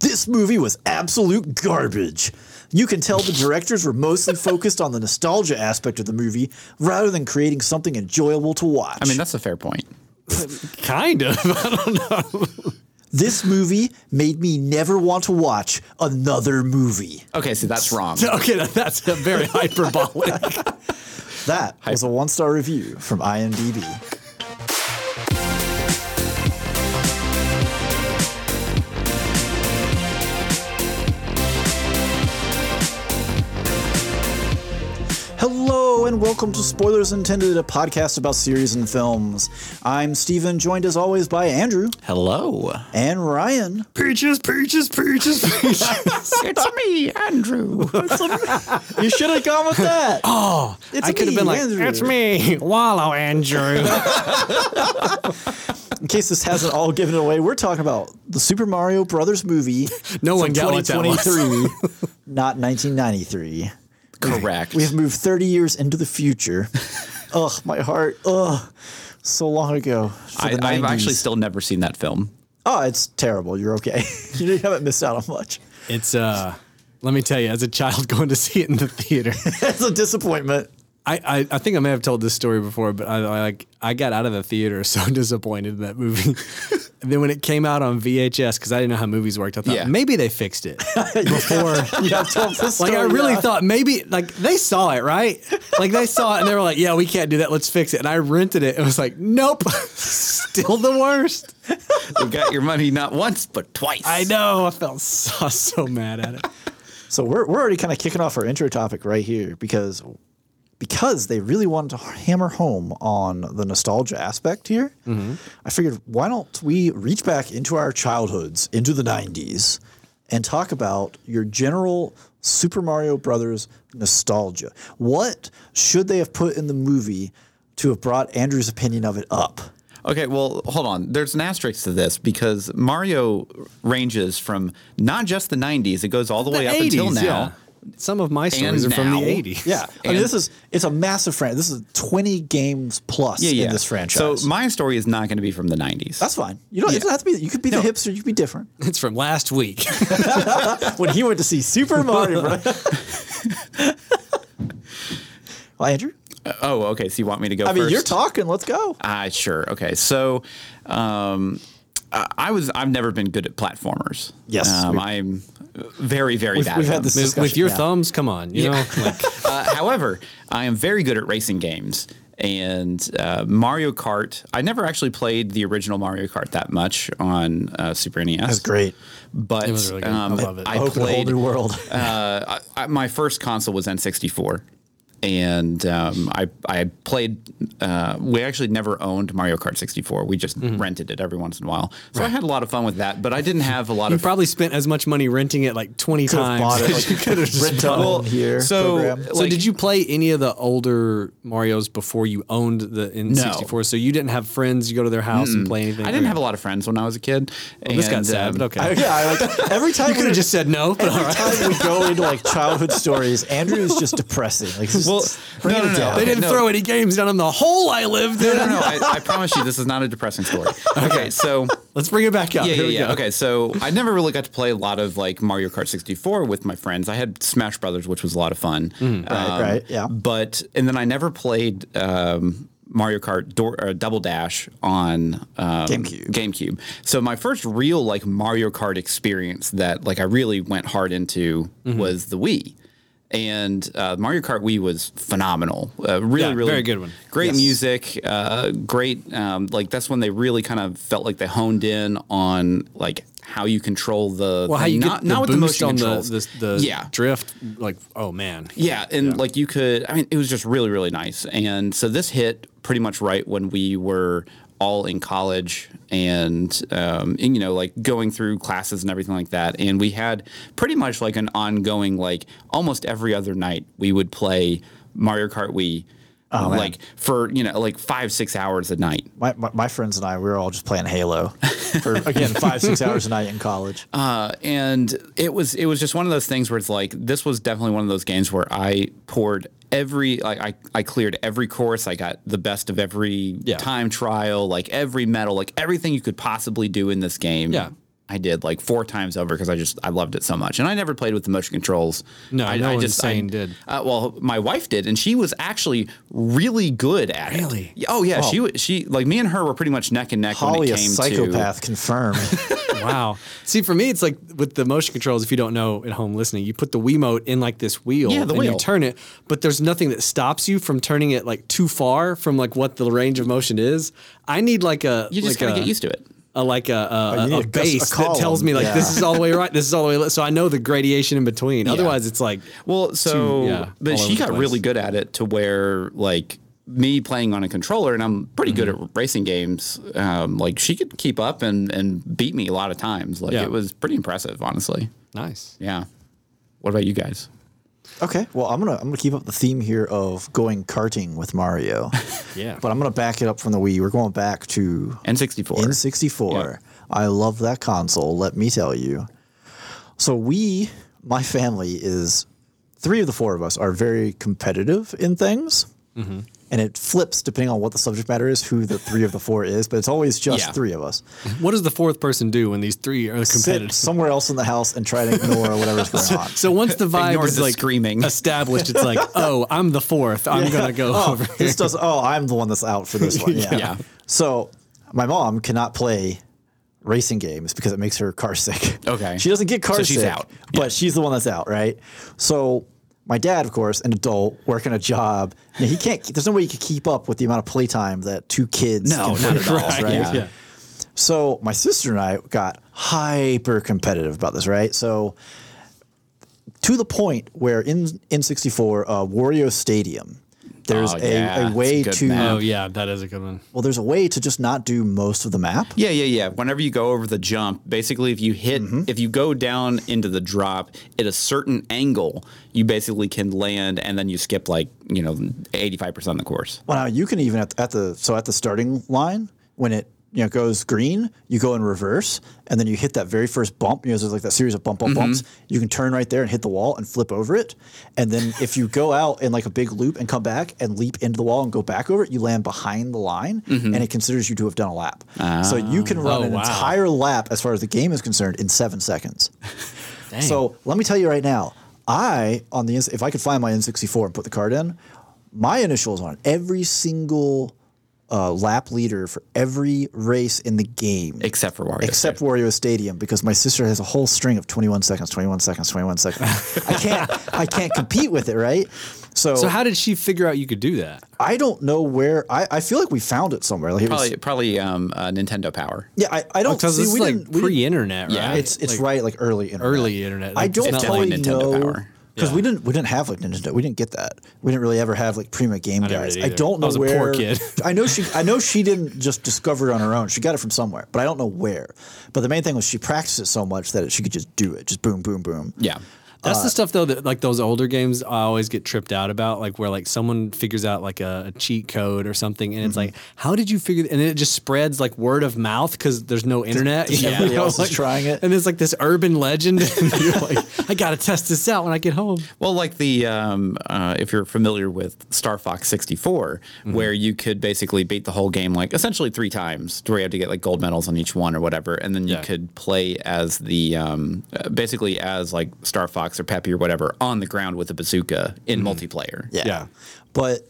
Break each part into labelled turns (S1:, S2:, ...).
S1: This movie was absolute garbage. You can tell the directors were mostly focused on the nostalgia aspect of the movie rather than creating something enjoyable to watch.
S2: I mean, that's a fair point.
S3: kind of. I don't know.
S1: this movie made me never want to watch another movie.
S2: Okay, so that's wrong.
S3: Okay, that, that's a very hyperbolic.
S1: That was a one star review from IMDb. Hello and welcome to Spoilers Intended, a podcast about series and films. I'm Steven, joined as always by Andrew
S2: Hello.
S1: and Ryan.
S3: peaches, peaches, peaches, peaches.
S2: it's me, Andrew.
S1: You should have gone with that. oh, it's
S3: I could have been
S1: me,
S3: like,
S1: Andrew.
S3: it's me, Wallow Andrew.
S1: In case this hasn't all given it away, we're talking about the Super Mario Brothers movie.
S3: No one
S1: from
S3: got what that was.
S1: 2023, not 1993.
S2: Correct.
S1: We have moved 30 years into the future. Ugh, my heart. Ugh, so long ago. for
S2: I,
S1: the
S2: I've
S1: 90s.
S2: actually still never seen that film.
S1: Oh, it's terrible. You're okay. you haven't missed out on much.
S3: it's uh, let me tell you, as a child going to see it in the theater,
S1: It's a disappointment.
S3: I, I, I think I may have told this story before, but I, I like I got out of the theater so disappointed in that movie. and then when it came out on VHS, because I didn't know how movies worked, I thought
S2: Yeah.
S3: maybe they fixed it before.
S1: Yeah, I've told this
S3: Like I
S1: story
S3: really
S1: now.
S3: thought maybe like they saw it right, like they saw it and they were like, yeah, we can't do that. Let's fix it. And I rented it and was like, nope, still the worst.
S2: You got your money not once but twice.
S3: I know. I felt so, so mad at it.
S1: So we're, we're already kind of kicking off our intro topic right here because because they really wanted to hammer home on the nostalgia aspect here.
S2: Mm-hmm.
S1: I figured why don't we reach back into our childhoods, into the '90s, and talk about your general Super Mario Brothers nostalgia. What should they have put in the movie to have brought Andrew's opinion of it up?
S2: Okay, well, hold on. There's an asterisk to this because Mario ranges from not just the 90s, it goes all the, way up until
S3: 80s,
S2: now.
S3: yeah. Some of my stories are
S2: And
S3: from the
S2: now.
S3: 80s.
S1: Yeah, I mean
S2: And-
S1: this is it's a massive franchise. This is 20 games plus
S2: Yeah, yeah.
S1: in this franchise.
S2: So my story is not going to be from the 90s.
S1: That's fine. You don't, it doesn't have to be. You could be the hipster. You could be different.
S3: It's from last week.
S1: when he went to see Super Mario Bros. well, Andrew,
S2: oh, okay. So you want me to go
S1: I mean,
S2: first?
S1: you're talking. Let's go.
S2: Ah, sure. Okay. So, um, I I was I've never been good at platformers.
S1: Yes.
S2: um, I'm very very bad.
S1: we've
S2: at
S1: had
S2: them.
S1: this
S3: with, with your
S1: Yeah.
S3: thumbs, come on. You know, like,
S2: uh, however, I am very good at racing games and uh, Mario Kart. I never actually played the original Mario Kart that much on uh, Super NES.
S1: That's great.
S2: But
S3: It was really good. I
S2: Um,
S3: love it.
S2: I
S1: Open a whole
S2: played
S1: new world.
S2: uh, I, I, my first console was N64, and um, I I played. Uh, we actually never owned Mario Kart 64. We just
S3: Mm-hmm.
S2: rented it every once in a while. So I had a lot of fun with that, but I didn't have a lot
S3: you
S2: of.
S3: probably spent as much money renting it like 20
S1: Could've
S3: times.
S1: bought it,
S3: as you
S1: like,
S3: could've just
S1: rent
S3: bought
S1: a-
S3: it.
S1: Well, here
S2: so
S1: program.
S2: like,
S3: so did you play any of the older Marios before you owned the N64? So you didn't have friends, you go to their house and play anything?
S2: I didn't have a lot of friends when I was a kid. and,
S3: This got sad,
S2: um,
S3: but okay.
S1: I- yeah, I, like every time
S3: you could
S1: we
S3: have just said no, but all
S1: every
S3: right.
S1: time we go into like childhood stories, Andrew is just depressing. Like, just
S2: Well,
S1: bring it
S2: no, no, no.
S1: down.
S3: They didn't
S2: no.
S3: throw any games down on the hole I lived
S2: No,
S3: in.
S2: no, no. I, I promise you, this is not a depressing story. Okay, so.
S3: Let's bring it back up.
S2: Yeah,
S3: Ah, Here
S2: yeah,
S3: we
S2: yeah.
S3: go.
S2: Okay, so I never really got to play a lot of like Mario Kart 64 with my friends. I had Smash Brothers, which was a lot of fun. Um,
S1: right, yeah.
S2: But and then I never played um, Mario Kart Dor- or Double Dash on um,
S1: GameCube.
S2: GameCube. So my first real like Mario Kart experience that like I really went hard into was the Wii. And uh, Mario Kart Wii was phenomenal. Uh, really,
S3: Yeah,
S2: really
S3: very good one.
S2: Great music, uh, great. Um, like that's when they really kind of felt like they honed in on like how you control the
S3: Well, how you
S2: not
S3: get the
S2: not with the
S3: boost
S2: motion
S3: on the,
S2: controls.
S3: the, the
S2: yeah,
S3: drift? Like, oh man,
S2: yeah, and like you could, I mean, it was just really, really nice. And so this hit pretty much right when we were all in college and, um, and, you know, like going through classes and everything like that. And we had pretty much like an ongoing, like almost every other night, we would play Mario Kart Wii. like for you know, like five six hours a night.
S1: my, my, my friends and I, we were all just playing Halo for again five six hours a night in college.
S2: Uh, and it was it was just one of those things where it's like this was definitely one of those games where I poured every like I, I cleared every course I got the best of every time trial like every medal like everything you could possibly do in this game
S3: Yeah.
S2: I did like four times over because I just I loved it so much, and I never played with the motion controls.
S3: No,
S2: I,
S3: no
S2: I
S3: one
S2: just
S3: sane did.
S2: Uh, well, my wife did, and she was actually really good at
S3: Really?
S2: it. Oh yeah, she wa- she like me and her were pretty much neck and neck
S1: Holly,
S2: when it
S1: a
S2: came
S1: psychopath, confirmed.
S3: wow. See, for me, it's like with the motion controls. If you don't know at home listening, you put the Wiimote in like this wheel,
S2: Yeah, the
S3: and
S2: wheel.
S3: you turn it. But there's nothing that stops you from turning it like too far from like what the range of motion is. I need like a
S2: to. You just
S3: like uh,
S2: gotta
S3: a-
S2: get used to it.
S3: a like a a,
S1: Oh, you need
S3: a
S1: a gus- a
S3: base that tells
S1: column,
S3: me like this
S1: yeah.
S3: is all the way right, this is all the way left. So I know the gradation in between. Otherwise, it's like
S2: Well, so
S3: yeah, all
S2: but
S3: over
S2: she
S3: the
S2: got
S3: place.
S2: really good at it to where like me playing on a controller and I'm pretty
S3: Mm-hmm.
S2: good at racing games. Um, like she could keep up and and beat me a lot of times. Like
S3: Yeah.
S2: it was pretty impressive, honestly.
S3: nice.
S2: Yeah. What about you guys?
S1: okay, well, I'm gonna I'm gonna keep up the theme here of going karting with Mario.
S3: Yeah.
S1: But I'm gonna back it up from the Wii. We're going back to
S2: N64.
S1: N64. I love that console, let me tell you. So we, my family is three of the four of us are very competitive in things.
S3: Mm-hmm.
S1: And it flips depending on what the subject matter is, who the three of the four is, but it's always just
S2: Yeah.
S1: three of us.
S3: What does the fourth person do when these three are
S1: Sit
S3: competitive?
S1: somewhere else in the house and try to ignore whatever's going on.
S3: So once the vibe
S2: Ignore
S3: is
S2: the
S3: like
S2: screaming.
S3: established, it's like, oh, I'm the fourth. I'm gonna go over.
S1: this does. Oh, I'm the one that's out for this one. Yeah.
S2: Yeah.
S1: So my mom cannot play racing games because it makes her car sick.
S2: Okay.
S1: She doesn't get car
S2: So
S1: sick.
S2: she's out.
S1: But she's the one that's out, right? So my dad, of course, an adult working a job, now, he can't. There's no way he could keep up with the amount of playtime that two kids.
S2: No,
S1: can
S2: not
S1: put
S2: at all,
S1: right?
S2: yeah.
S3: Yeah.
S1: So my sister and I got hyper competitive about this, right? So to the point where in N64, uh, Wario Stadium, there's
S2: Oh,
S1: a,
S2: yeah,
S1: a
S2: it's a
S1: way
S2: good
S1: to
S2: map.
S3: Oh yeah, that is a good one.
S1: well, there's a way to just not do most of the map.
S2: Yeah, yeah, yeah. Whenever you go over the jump, basically, if you hit,
S3: Mm-hmm.
S2: if you go down into the drop at a certain angle, you basically can land and then you skip like, you know, 85% of the course.
S1: Well, now you can even at, at the so at the starting line when it you know goes green, you go in reverse, and then you hit that very first bump. You know, there's like that series of bump, bump, bumps.
S3: Mm-hmm.
S1: You can turn right there and hit the wall and flip over it. And then if you go out in like a big loop and come back and leap into the wall and go back over it, you land behind the line, and it considers you to have done a lap. So you can run
S3: Mm-hmm. Oh,
S1: an
S3: wow.
S1: entire lap as far as the game is concerned in seven seconds. So let me tell you right now, I on the ins- if I could find my N64 and put the card in, my initials on every single uh, lap leader for every race in the game.
S2: Except for Wario.
S1: Except Wario Stadium, because my sister has a whole string of 21 seconds, 21 seconds, 21 seconds. I can't, I can't compete with it, right? So,
S3: So how did she figure out you could do that?
S1: I don't know where. I, I feel like we found it somewhere. Like it was,
S2: Probably, probably um, uh, Nintendo Power.
S1: yeah, I, I don't.
S3: Because
S1: Oh, see,
S3: this
S1: we
S3: is Oh, like
S1: didn't- we didn't-
S3: pre-internet, right?
S2: Yeah.
S1: It's it's
S3: Like,
S1: right like early internet.
S3: early internet.
S1: I
S3: Like,
S1: don't
S3: it's not
S1: totally
S2: like Nintendo
S1: know
S2: power.
S1: because we didn't we didn't have like Nintendo. We didn't get that. We didn't really ever have like Prima Game
S3: never
S1: Guys.
S3: did
S1: I
S3: either.
S1: don't know
S3: I was a
S1: where.
S3: poor kid.
S1: I know she I know she didn't just discover it on her own. She got it from somewhere, but I don't know where. But the main thing was she practiced it so much that she could just do it. Just boom, boom, boom.
S2: Yeah.
S1: uh,
S3: That's the stuff though that like those older games I always get tripped out about, like where like someone figures out like a, a cheat code or something, and it's
S1: Mm-hmm.
S3: like, how did you figure? And then it just spreads like word of mouth because there's no internet. you
S1: everybody
S3: know,
S1: else is
S3: like-
S1: trying it.
S3: and it's like this urban legend. and you're like, I gotta test this out when I get home.
S2: Well, like the um, uh, if you're familiar with Star Fox 64, where you could basically beat the whole game like essentially three times, to where you have to get like gold medals on each one or whatever, and then you
S3: Yeah.
S2: could play as the um, uh, basically as like Star Fox or Peppy or whatever on the ground with a bazooka in multiplayer.
S1: Yeah.
S3: Yeah.
S1: But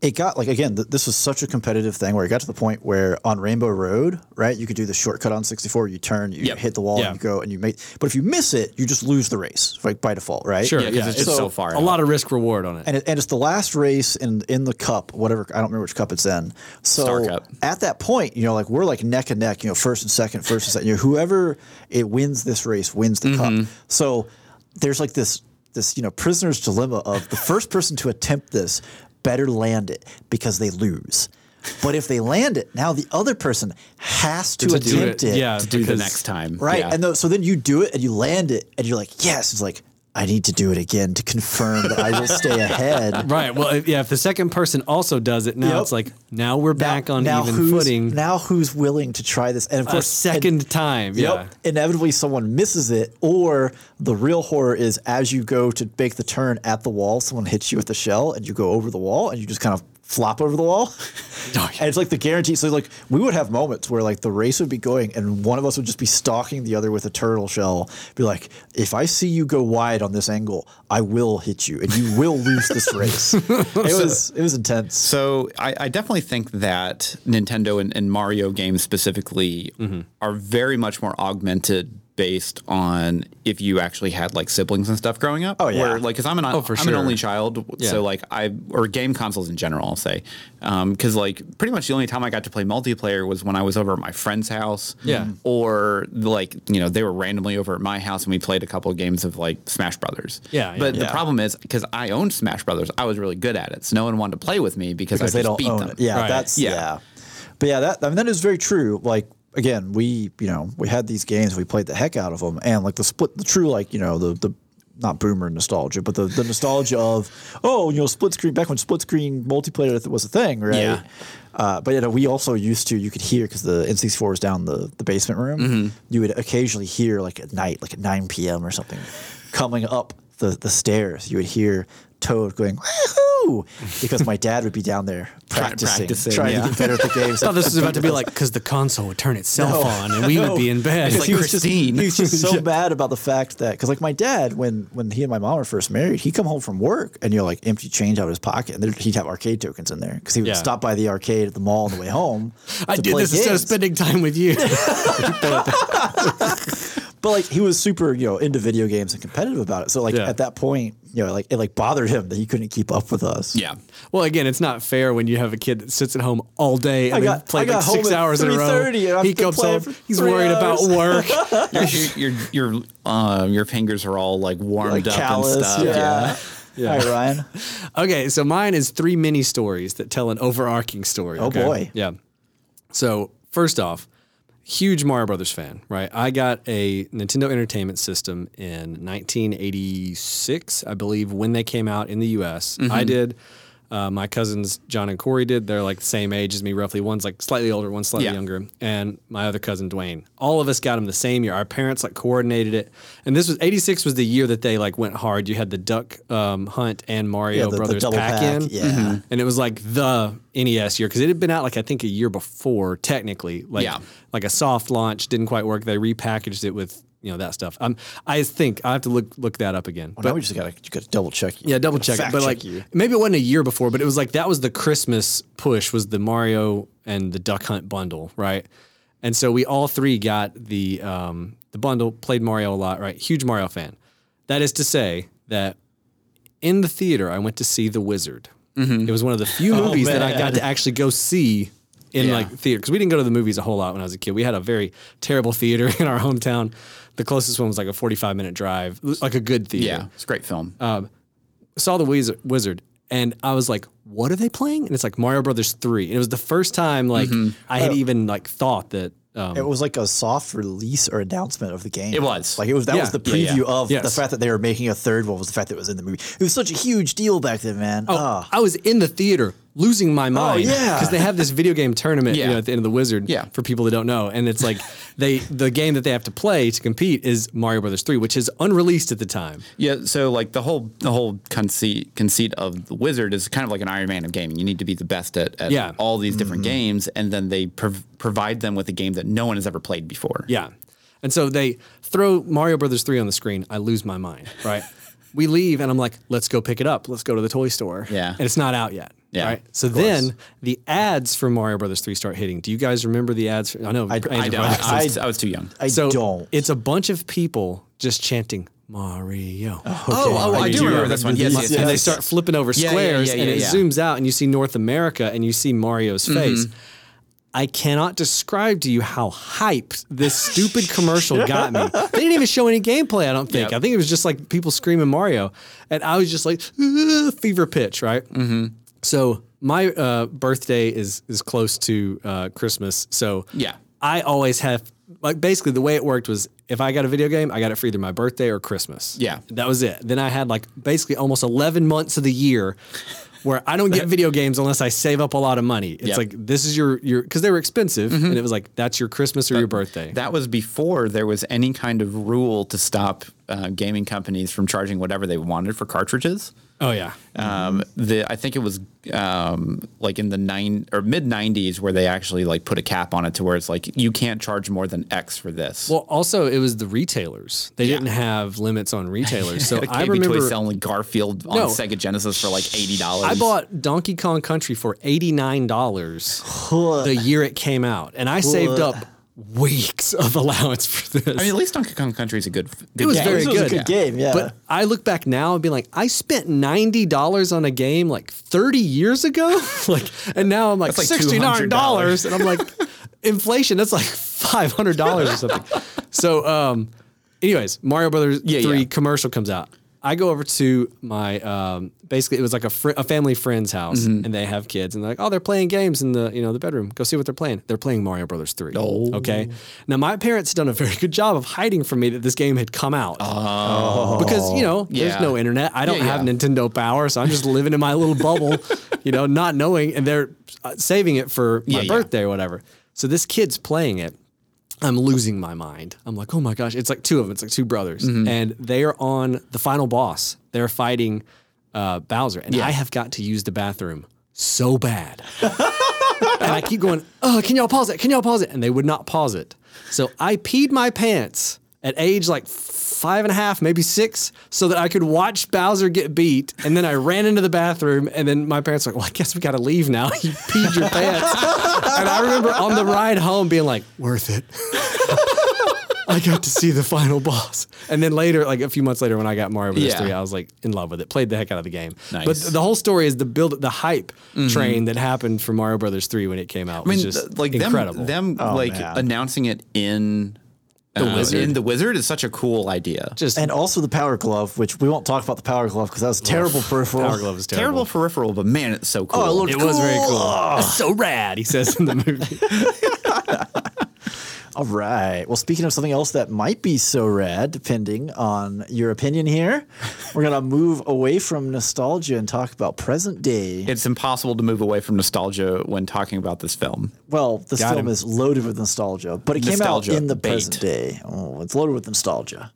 S1: it got like again, th- this was such a competitive thing where it got to the point where on Rainbow Road, right, you could do the shortcut on 64, you turn, you
S2: Yep.
S1: hit the wall
S3: Yeah.
S1: and you go and you make but if you miss it, you just lose the race, like by default, right?
S3: Sure,
S2: Yeah, 'cause it's just so far
S3: A
S2: out.
S3: lot of risk reward on it.
S1: and, it, and it's the last race in in the cup, whatever I don't remember which cup it's in. So
S2: Star Cup.
S1: at that point, you know, like we're like neck and neck, you know, first and second, first and second. You know, whoever it wins this race wins the cup. So there's like this this you know prisoner's dilemma of the first person to attempt this better land it because they lose. But if they land it, now the other person has to,
S3: do
S1: attempt
S3: it,
S1: it.
S3: yeah.
S2: To do
S3: Because-
S2: the next time,
S1: Right.
S2: Yeah.
S1: And though, so then you do it and you land it and you're like, yes. It's like, I need to do it again to confirm that I will stay ahead.
S3: Right. Well, if, yeah. If the second person also does it, now
S1: Yep.
S3: it's like now we're back on even
S1: who's,
S3: footing.
S1: Now who's willing to try this? And of
S3: a
S1: course,
S3: second time.
S1: and-
S3: Yeah.
S1: yep, inevitably someone misses it, or the real horror is as you go to make the turn at the wall, someone hits you with the shell and you go over the wall and you just kind of flop over the wall.
S3: yeah.
S1: And it's like the guarantee. So like we would have moments where like the race would be going, and one of us would just be stalking the other with a turtle shell. Be like, if I see you go wide on this angle, I will hit you, and you will lose this race. it was it was intense.
S2: So I, I definitely think that Nintendo and, and Mario games specifically
S3: Mm-hmm.
S2: are very much more augmented based on if you actually had like siblings and stuff growing up. Oh
S1: yeah.
S2: Where, like, cause I'm an
S3: for
S2: I'm
S3: sure.
S2: an only child,
S3: Yeah.
S2: so like I or game consoles in general, I'll say, because like pretty much the only time I got to play multiplayer was when I was over at my friend's house.
S3: Yeah.
S2: Or like you know they were randomly over at my house and we played a couple of games of like Smash Brothers.
S3: Yeah, yeah.
S2: But the
S1: Yeah.
S2: problem is because I owned Smash Brothers, I was really good at it, so no one wanted to play with me because,
S1: because
S2: I
S1: they
S2: just
S1: don't
S2: beat
S1: own
S2: them.
S1: it. Yeah,
S3: Right.
S1: that's
S2: Yeah.
S1: yeah. But yeah, that I mean that is very true. Like again, we you know we had these games, we played the heck out of them, and like the split, the true like you know the the not boomer nostalgia, but the, the nostalgia of oh you know split screen back when split screen multiplayer was a thing, right?
S2: Yeah.
S1: Uh, but you know, we also used to you could hear because the N64 was down the the basement room. You would occasionally hear like at night, like at 9 p.m. or something, coming up the the stairs. You would hear Toad going woohoo because my dad would be down there practicing,
S2: practicing,
S1: trying
S2: yeah.
S1: to get better at the games.
S3: thought this was about to be like because the console would turn itself on and we would be in bed.
S2: It's like
S1: he was just, he
S2: Christine.
S1: was just so bad about the fact that because like my dad, when when he and my mom were first married, he come home from work and you know like empty change out of his pocket, and there, he'd have arcade tokens in there because he would
S3: Yeah.
S1: stop by the arcade at the mall on the way home.
S3: I
S1: to
S3: did
S1: play
S3: this instead of
S1: games.
S3: spending time with you.
S1: But like he was super, you know, into video games and competitive about it. So like
S3: Yeah.
S1: at that point, you know, like it like bothered him that he couldn't keep up with us.
S2: Yeah.
S3: well, again, it's not fair when you have a kid that sits at home all day and
S1: I
S3: then
S1: got-
S3: plays
S1: I
S3: like
S1: got
S3: six
S1: home at
S3: hours in a row.
S1: 3:30 and I've
S3: He
S1: been
S3: comes
S1: playing
S3: home,
S1: for
S3: he's
S1: three
S3: worried about
S1: hours.
S3: work.
S2: your your your, your, uh, your fingers are all like warmed
S1: Like
S2: up
S1: callous.
S2: and stuff.
S1: yeah.
S2: Yeah.
S1: All right, Ryan.
S3: Okay, so mine is three mini stories that tell an overarching story. Oh
S1: boy.
S3: Yeah. So first off, huge Mario Brothers fan, right? I got a Nintendo Entertainment System in 1986, I believe, when they came out in the U.S. I did. Uh, my cousins John and Corey did. They're like the same age as me, roughly. One's like slightly older, one's slightly
S2: Yeah.
S3: younger, and my other cousin Dwayne. All of us got them the same year. Our parents like coordinated it, and this was '86 was the year that they like went hard. You had the Duck um, Hunt and Mario
S1: Yeah, the- the
S3: Brothers
S1: double
S3: pack,
S1: pack,
S3: in.
S1: yeah. Mhm.
S3: And it was like the NES year because it had been out like I think a year before, technically. Like
S2: Yeah.
S3: like a soft launch, didn't quite work. They repackaged it with, you know, that stuff. Um I think I have to look look that up again.
S1: Well, now we just gotta, you gotta double check you.
S3: Yeah, double check it.
S1: Fact
S3: But
S1: check
S3: like,
S1: you.
S3: maybe it wasn't a year before, but it was like that was the Christmas push was the Mario and the Duck Hunt bundle, right? And so we all three got the um, the bundle, played Mario a lot, right? Huge Mario fan. That is to say that in the theater, I went to see The Wizard.
S1: Mm-hmm.
S3: It was one of the few
S1: Oh,
S3: movies that I got to actually go see in
S2: Yeah.
S3: like theater because we didn't go to the movies a whole lot when I was a kid. We had a very terrible theater in our hometown. The closest one was like a forty-five minute drive, like a good theater
S2: Yeah. It's a great film.
S3: Uh, saw the Wiz- wizard and I was like, what are they playing? And it's like Mario Brothers 3. And it was the first time like I had even like thought that um,
S1: It was like a soft release or announcement of the game.
S2: It was.
S1: like it was. That
S3: Yeah.
S1: was the
S3: Yeah,
S1: preview
S2: yeah.
S1: of the
S3: Yes.
S1: fact that they were making a third one. Was the fact that it was in the movie. It was such a huge deal back then, man. Oh,
S3: I was in the theater losing my mind
S1: yeah.
S3: because they have this video game tournament you
S2: Yeah.
S3: know, at the end of the Wizard
S2: Yeah.
S3: for people that don't know, and it's like they the game that they have to play to compete is Mario Brothers three, which is unreleased at the time.
S2: yeah. So like the whole the whole conceit conceit of the wizard is kind of like an Iron Man of gaming. You need to be the best at, at
S3: Yeah.
S2: all
S1: Mm-hmm.
S2: these different games, and then they prov- provide them with a game that no one has ever played before.
S3: Yeah. And so they throw Mario Brothers 3 on the screen. I lose my mind, right? we leave and I'm like, let's go pick it up. Let's go to the toy store.
S2: Yeah.
S3: And it's not out yet.
S2: Yeah,
S3: Right. So
S2: of course.
S3: then the ads for Mario Brothers 3 start hitting. Do you guys remember the ads? For, I know.
S2: I don't.
S3: Brothers.
S2: I, was, I was too young.
S1: I
S3: so
S1: don't.
S3: It's a bunch of people just chanting Mario.
S2: oh, oh, I do remember this one. Yes, yes,
S3: And they
S2: yes.
S3: start flipping over
S2: Yeah, yeah,
S3: squares
S2: yeah, yeah,
S3: and it
S2: yeah. Mm-hmm.
S3: zooms out and you see North America and you see Mario's face. I cannot describe to you how hyped this stupid commercial got me. They didn't even show any gameplay, I don't think.
S2: Yep.
S3: I think it was just like people screaming Mario. And I was just like, "Ugh," fever pitch, right? Mm-hmm. So my uh, birthday is is close to uh, Christmas. So
S2: Yeah.
S3: I always have like basically the way it worked was if I got a video game, I got it for either my birthday or Christmas.
S2: Yeah.
S3: That was it. Then I had like basically almost 11 months of the year where I don't get video games unless I save up a lot of money. It's
S2: Yep.
S3: like this is your your cuz they were expensive and it was like that's your Christmas or your birthday.
S2: Mm-hmm. That was before there was any kind of rule to stop uh, gaming companies from charging whatever they wanted for cartridges.
S3: oh yeah.
S2: Um, the I think it was um, like in the nine or mid '90s where they actually like put a cap on it to where it's like you can't charge more than X for this.
S3: Well, also it was the retailers. They didn't have limits on retailers. So
S2: Like
S3: I
S2: KB
S3: remember
S2: Toys selling Garfield on
S3: No.
S2: Sega Genesis for like eighty dollars.
S3: I bought Donkey Kong Country for eighty nine dollars the year it came out, and I saved up weeks of allowance for this.
S2: I mean, at least Donkey Kong Country is a good. good
S3: it was
S1: Yeah,
S3: very
S1: this
S3: good.
S1: was a good game, yeah.
S3: But I look back now and be like, I spent ninety dollars on a game like thirty years ago, like, and now I'm like,
S2: That's like
S3: sixty
S2: $200.
S3: nine dollars, and I'm like, inflation. That's like five hundred dollars or something. So, um, anyways, Mario Brothers
S2: Yeah,
S3: Three
S2: yeah.
S3: commercial comes out. I go over to my um, basically it was like a fri a family friend's house,
S2: Mm-hmm.
S3: and they have kids, and they're like, oh, they're playing games in the you know the bedroom. Go see what they're playing. They're playing Mario Brothers Three.
S2: Oh.
S3: Okay. Now my parents had done a very good job of hiding from me that this game had come out. Because you know,
S2: Oh. Yeah.
S3: there's no internet. I don't
S2: Yeah,
S3: have
S2: yeah.
S3: Nintendo Power, so I'm just living in my little bubble, you know, not knowing. And they're uh, saving it for
S2: Yeah,
S3: my
S2: yeah.
S3: birthday or whatever. So this kid's playing it. I'm losing my mind. I'm like, oh my gosh! It's like two of them. It's like two brothers,
S2: Mm-hmm.
S3: and they are on the final boss. They're fighting uh, Bowser, and I have got to use the bathroom so bad. and I keep going, oh, can y'all pause it? Can y'all pause it? And they would not pause it. So I peed my pants at age like five and a half, maybe six, so that I could watch Bowser get beat. And then I ran into the bathroom, and then my parents were like, well, I guess we got to leave now. you peed your pants. and I remember on the ride home being like, worth it. I got to see the final boss. And then later, like a few months later, when I got Mario Bros.
S2: Yeah.
S3: 3, I was like in love with it, played the heck out of the game.
S2: Nice.
S3: But the whole story is the build, the hype
S1: Mm-hmm.
S3: train that happened for Mario Brothers 3 when it came out
S2: I
S3: was
S2: mean,
S3: just
S2: th- like
S3: incredible.
S2: them, them like
S1: Oh, man.
S2: announcing it in the
S3: Wizard.
S2: In the wizard is such a cool idea.
S3: just
S1: and also the power glove, which we won't talk about the power glove because that was a terrible peripheral.
S3: Power Glove is
S2: terrible.
S3: terrible.
S2: peripheral, but man, it's so cool.
S1: Oh, it looked
S3: It was very
S1: cool.
S3: cool. That's so rad, he says in the movie.
S1: All right. Well, speaking of something else that might be so rad, depending on your opinion here, we're gonna move away from nostalgia and talk about present day.
S2: it's impossible to move away from nostalgia when talking about this film.
S1: Well, this
S3: Got
S1: film
S3: him.
S1: is loaded with nostalgia, but it
S2: Nostalgia
S1: came out in the
S2: bait.
S1: present day. Oh, it's loaded with nostalgia.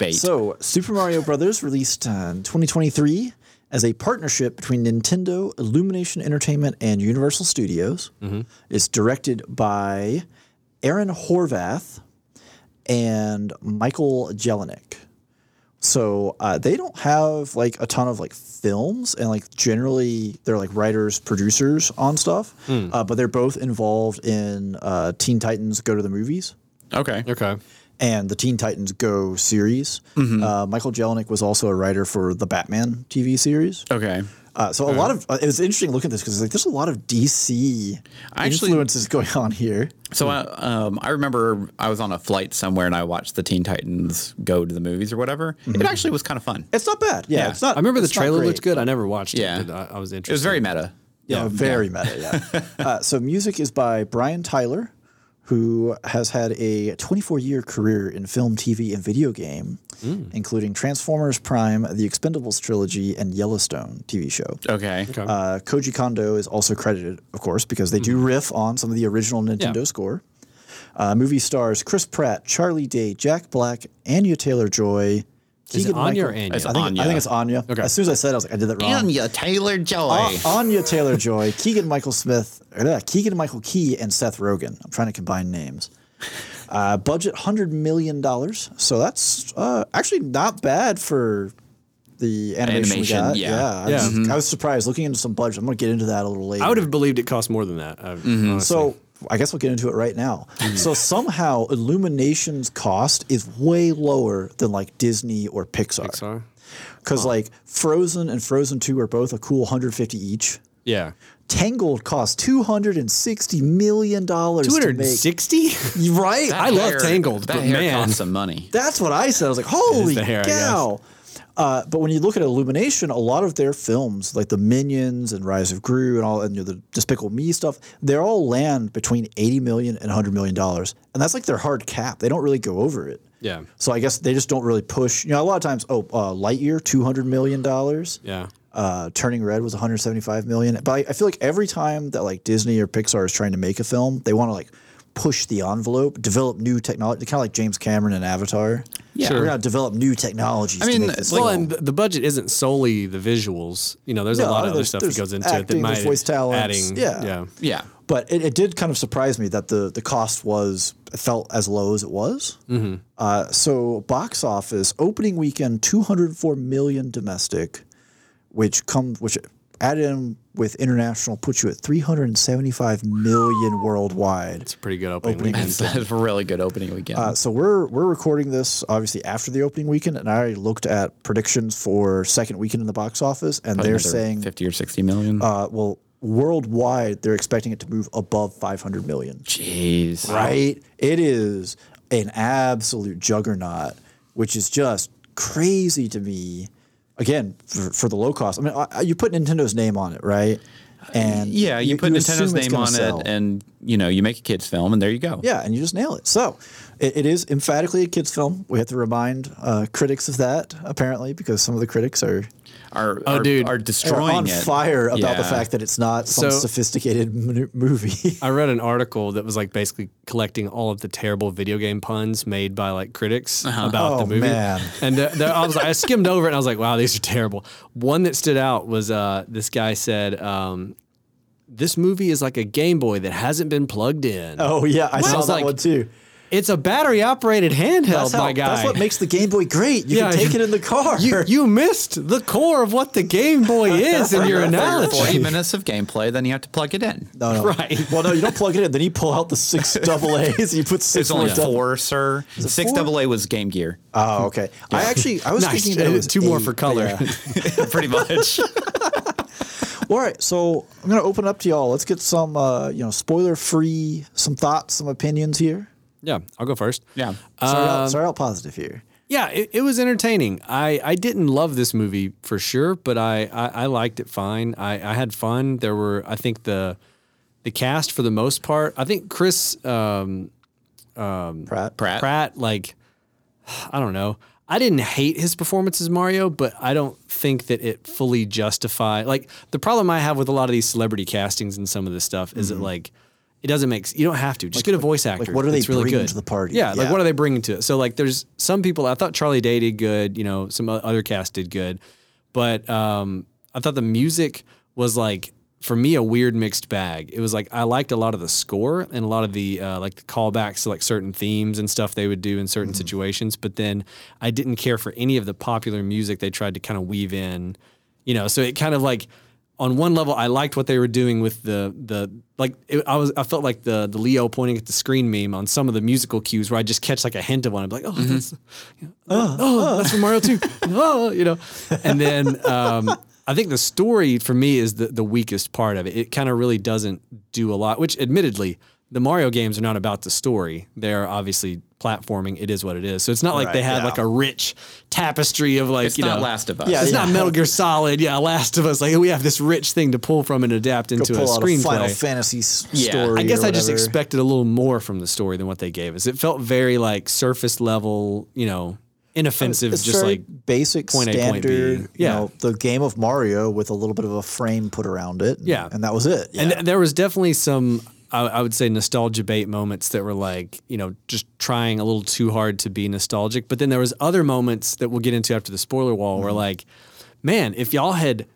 S2: Bait.
S1: So, Super Mario Brothers released uh, in 2023 as a partnership between Nintendo, Illumination Entertainment, and Universal Studios. It's directed by Aaron Horvath and Michael Jelinek. So uh, they don't have like a ton of like films, and like generally they're like writers, producers on stuff. Uh, but they're both involved in uh, Teen Titans Go to the Movies
S2: okay.
S3: okay.
S1: and the Teen Titans Go series. Uh, Michael Jelinek was also a writer for the Batman TV series.
S2: Okay.
S1: Uh, so a lot of uh, it was interesting looking at this because like there's a lot of DC
S2: I actually-
S1: influences going on here.
S2: So I, um, I remember I was on a flight somewhere and I watched the Teen Titans go to the movies or whatever. It actually was kind of fun.
S1: It's not bad. Yeah,
S2: Yeah.
S1: it's not.
S3: I remember the
S1: it's not
S3: trailer
S1: great.
S3: looked good. I never watched
S2: Yeah.
S3: it, but I, I was
S2: It was
S3: interested.
S2: very meta.
S1: Yeah, very meta. Yeah. uh, so music is by Brian Tyler, who has had a 24-year career in film, TV, and video game, including Transformers Prime, The Expendables trilogy, and Yellowstone TV show.
S2: Okay.
S1: Uh, Koji Kondo is also credited, of course, because they do
S3: Mm-hmm.
S1: riff on some of the original Nintendo score. Uh, movie stars Chris Pratt, Charlie Day, Jack Black, Anya Taylor Joy.
S3: Is it Anya
S1: Keegan-Michael-
S3: or Anya?
S2: It's
S1: I think, I think it's Anya.
S3: Okay.
S1: As soon as I said, it, I was like, I did that wrong.
S2: Anya Taylor Joy.
S1: A- Uh, Anya Taylor Joy, Keegan Michael Smith, uh, Keegan Michael Key, and Seth Rogen. I'm trying to combine names. Uh, budget hundred million dollars, so that's uh, actually not bad for the animation. we
S2: Animation,
S1: got.
S2: yeah.
S1: I,
S3: Yeah. Mm-hmm.
S1: Was, I was surprised looking into some budget. I'm gonna get into that a little later.
S3: I would have believed it cost more than that. I- honestly.
S1: Mm-hmm. So I guess we'll get into it right now.
S3: Mm-hmm.
S1: So somehow Illumination's cost is way lower than like Disney or Pixar.
S3: Sorry.
S1: Because like Frozen and Frozen 2 are both a cool 150 each.
S3: Yeah.
S1: Tangled cost 260 million dollars to make.
S3: 260?
S1: Right?
S2: That
S3: I love
S2: hair-
S3: Tangled,
S2: That
S3: but
S2: hair
S3: man.
S2: costs some money.
S1: That's what I said. I was like, "Holy
S3: the hair, I
S1: cow!" Uh, but when you look at Illumination, a lot of their films, like the Minions and Rise of Gru and all, and you know, the Despicable Me stuff, they're all land between eighty million and hundred million dollars, and that's like their hard cap. They don't really go over it.
S3: Yeah.
S1: So I guess they just don't really push. You know, a lot of times, oh, uh, Lightyear, two hundred million dollars.
S3: Yeah.
S1: Uh, Turning Red was 175 million. But I, I feel like every time that like Disney or Pixar is trying to make a film, they want to like push the envelope, develop new technology, kind of like James Cameron and Avatar. Yeah,
S3: Sure.
S1: we're gonna develop new technologies.
S2: I mean,
S1: to make this
S2: like-
S1: film.
S3: Well, and th- the budget isn't solely the visuals. You know, there's a
S1: No,
S3: lot of other
S1: there's-
S3: stuff that
S1: there's
S3: goes into it that
S1: acting,
S3: might
S1: there's voice talents,
S3: adding.
S1: yeah.
S3: yeah.
S2: Yeah.
S1: But it, it did kind of surprise me that the the cost was it felt as low as it was. Mm-hmm. Uh, so box office opening weekend two hundred four million domestic, which come which added in with international puts you at three hundred seventy five million worldwide.
S3: It's a pretty good opening.
S1: Opening
S3: weekend.
S2: That's a really good opening weekend.
S1: Uh, so we're we're recording this obviously after the opening weekend, and I already looked at predictions for second weekend in the box office, and they're
S2: Another
S1: saying
S2: 50 or 60 million.
S1: uh, well worldwide they're expecting it to move above five hundred million.
S2: Jeez.
S1: right? It is an absolute juggernaut, which is just crazy to me. Again, for, for the low cost. I mean, I, you put Nintendo's name on it, right? And
S2: Uh, Yeah, you, put Nintendo's
S1: assume it's
S2: name
S1: gonna
S2: on
S1: sell.
S2: it, and you know you make a kids film, and there you go.
S1: yeah, and you just nail it. So it, it is emphatically a kids' film. We have to remind uh, critics of that, apparently, because some of the critics are,
S2: Are,
S3: Oh,
S2: are,
S3: dude.
S2: are
S1: are
S2: destroying
S1: on
S2: it.
S1: fire about the
S2: Yeah.
S1: fact that it's not some
S3: So-
S1: sophisticated m- movie.
S3: I read an article that was like basically collecting all of the terrible video game puns made by like critics about
S1: Oh,
S3: the movie.
S1: man.
S3: And uh, there, I was I skimmed over it and I was like, wow, these are terrible. One that stood out was uh, this guy said, um, "This movie is like a Game Boy that hasn't been plugged in.
S1: oh, yeah, I saw
S3: Sounds
S1: that
S3: like-
S1: one too.
S3: It's a battery operated handheld,
S1: That's, how,
S3: my guy.
S1: that's what makes the Game Boy great. You
S3: Yeah,
S1: can take
S3: you-
S1: it in the car.
S3: you, you missed the core of what the Game Boy is in your analogy.
S2: Forty minutes of gameplay, then you have to plug it in.
S1: No, no.
S3: Right.
S1: Well, no, you don't plug it in. Then you pull out the six double A's. You put six
S2: It's only
S1: more double-
S2: four, sir. Six
S1: four?
S2: double A was Game Gear,
S1: Oh, okay. I actually, I was
S3: Nice. Uh,
S1: thinking that it was
S3: Two more
S1: eight,
S3: for
S1: but
S3: color.
S1: yeah.
S2: pretty much.
S1: All right, so I'm gonna open up to y'all. Let's get some, uh, you know, spoiler free, some thoughts, some opinions here.
S3: Yeah, I'll go first. Uh,
S2: yeah.
S1: Start, out,
S3: Um,
S1: start out positive here.
S3: yeah, it, it was entertaining. I, I didn't love this movie for sure, but I, I, I liked it fine. I, I had fun. There were I think the the cast for the most part. I think Chris um,
S1: Pratt.
S2: Pratt.
S3: Pratt like I don't know. I didn't hate his performance as Mario, but I don't think that it fully justify. Like the problem I have with a lot of these celebrity castings and some of this stuff is
S1: Mm-hmm.
S3: that like it doesn't make s- you don't have to just get a voice actor.
S1: what are they
S3: that's really
S1: bringing
S3: good.
S1: to the party?
S3: Yeah, like
S1: Yeah.
S3: what are they bringing to it? So like there's some people I thought Charlie Day did good. You know, some o- other cast did good, but um, I thought the music was like for me a weird mixed bag. It was like I liked a lot of the score and a lot of the uh, like the callbacks to like certain themes and stuff they would do in certain situations, but then I didn't care for any of the popular music they tried to kind of weave in. You know, so it kind of like on one level, I liked what they were doing with the the like. It, I was I felt like the the Leo pointing at the screen meme on some of the musical cues where I just catch like a hint of one. I'm like, oh,
S2: Mm-hmm.
S3: that's you know,
S2: Ah,
S3: oh, that's from Mario Two. oh, you know, and then um, I think the story for me is the the weakest part of it. It kind of really doesn't do a lot. Which, admittedly, the Mario games are not about the story. They're obviously platforming. It is what it is. So it's not like they have
S1: yeah.
S3: like a rich tapestry of like
S2: It's
S3: you
S2: not
S3: know
S2: Last of Us.
S1: Yeah,
S3: it's
S1: yeah.
S3: not Metal Gear Solid. Yeah, Last of Us. Like we have this rich thing to pull from and adapt into
S1: Pull
S3: a
S1: out a Final
S3: screenplay.
S1: Fantasy s-
S2: Yeah.
S1: story.
S2: I
S3: I guess
S1: or
S3: I just
S1: whatever.
S3: expected a little more from the story than what they gave us. It felt very like surface level, you know, inoffensive.
S1: It's
S3: just
S1: very
S3: like
S1: basic
S3: point A, point B.
S1: standard. You
S3: Yeah.
S1: know, the game of Mario with a little bit of a frame put around it. and-
S3: Yeah.
S1: and that was it. Yeah.
S3: And th- there was definitely some, I, I would say, nostalgia bait moments that were like, you know, just trying a little too hard to be nostalgic. But then there was other moments that we'll get into after the spoiler wall where like, man, if y'all had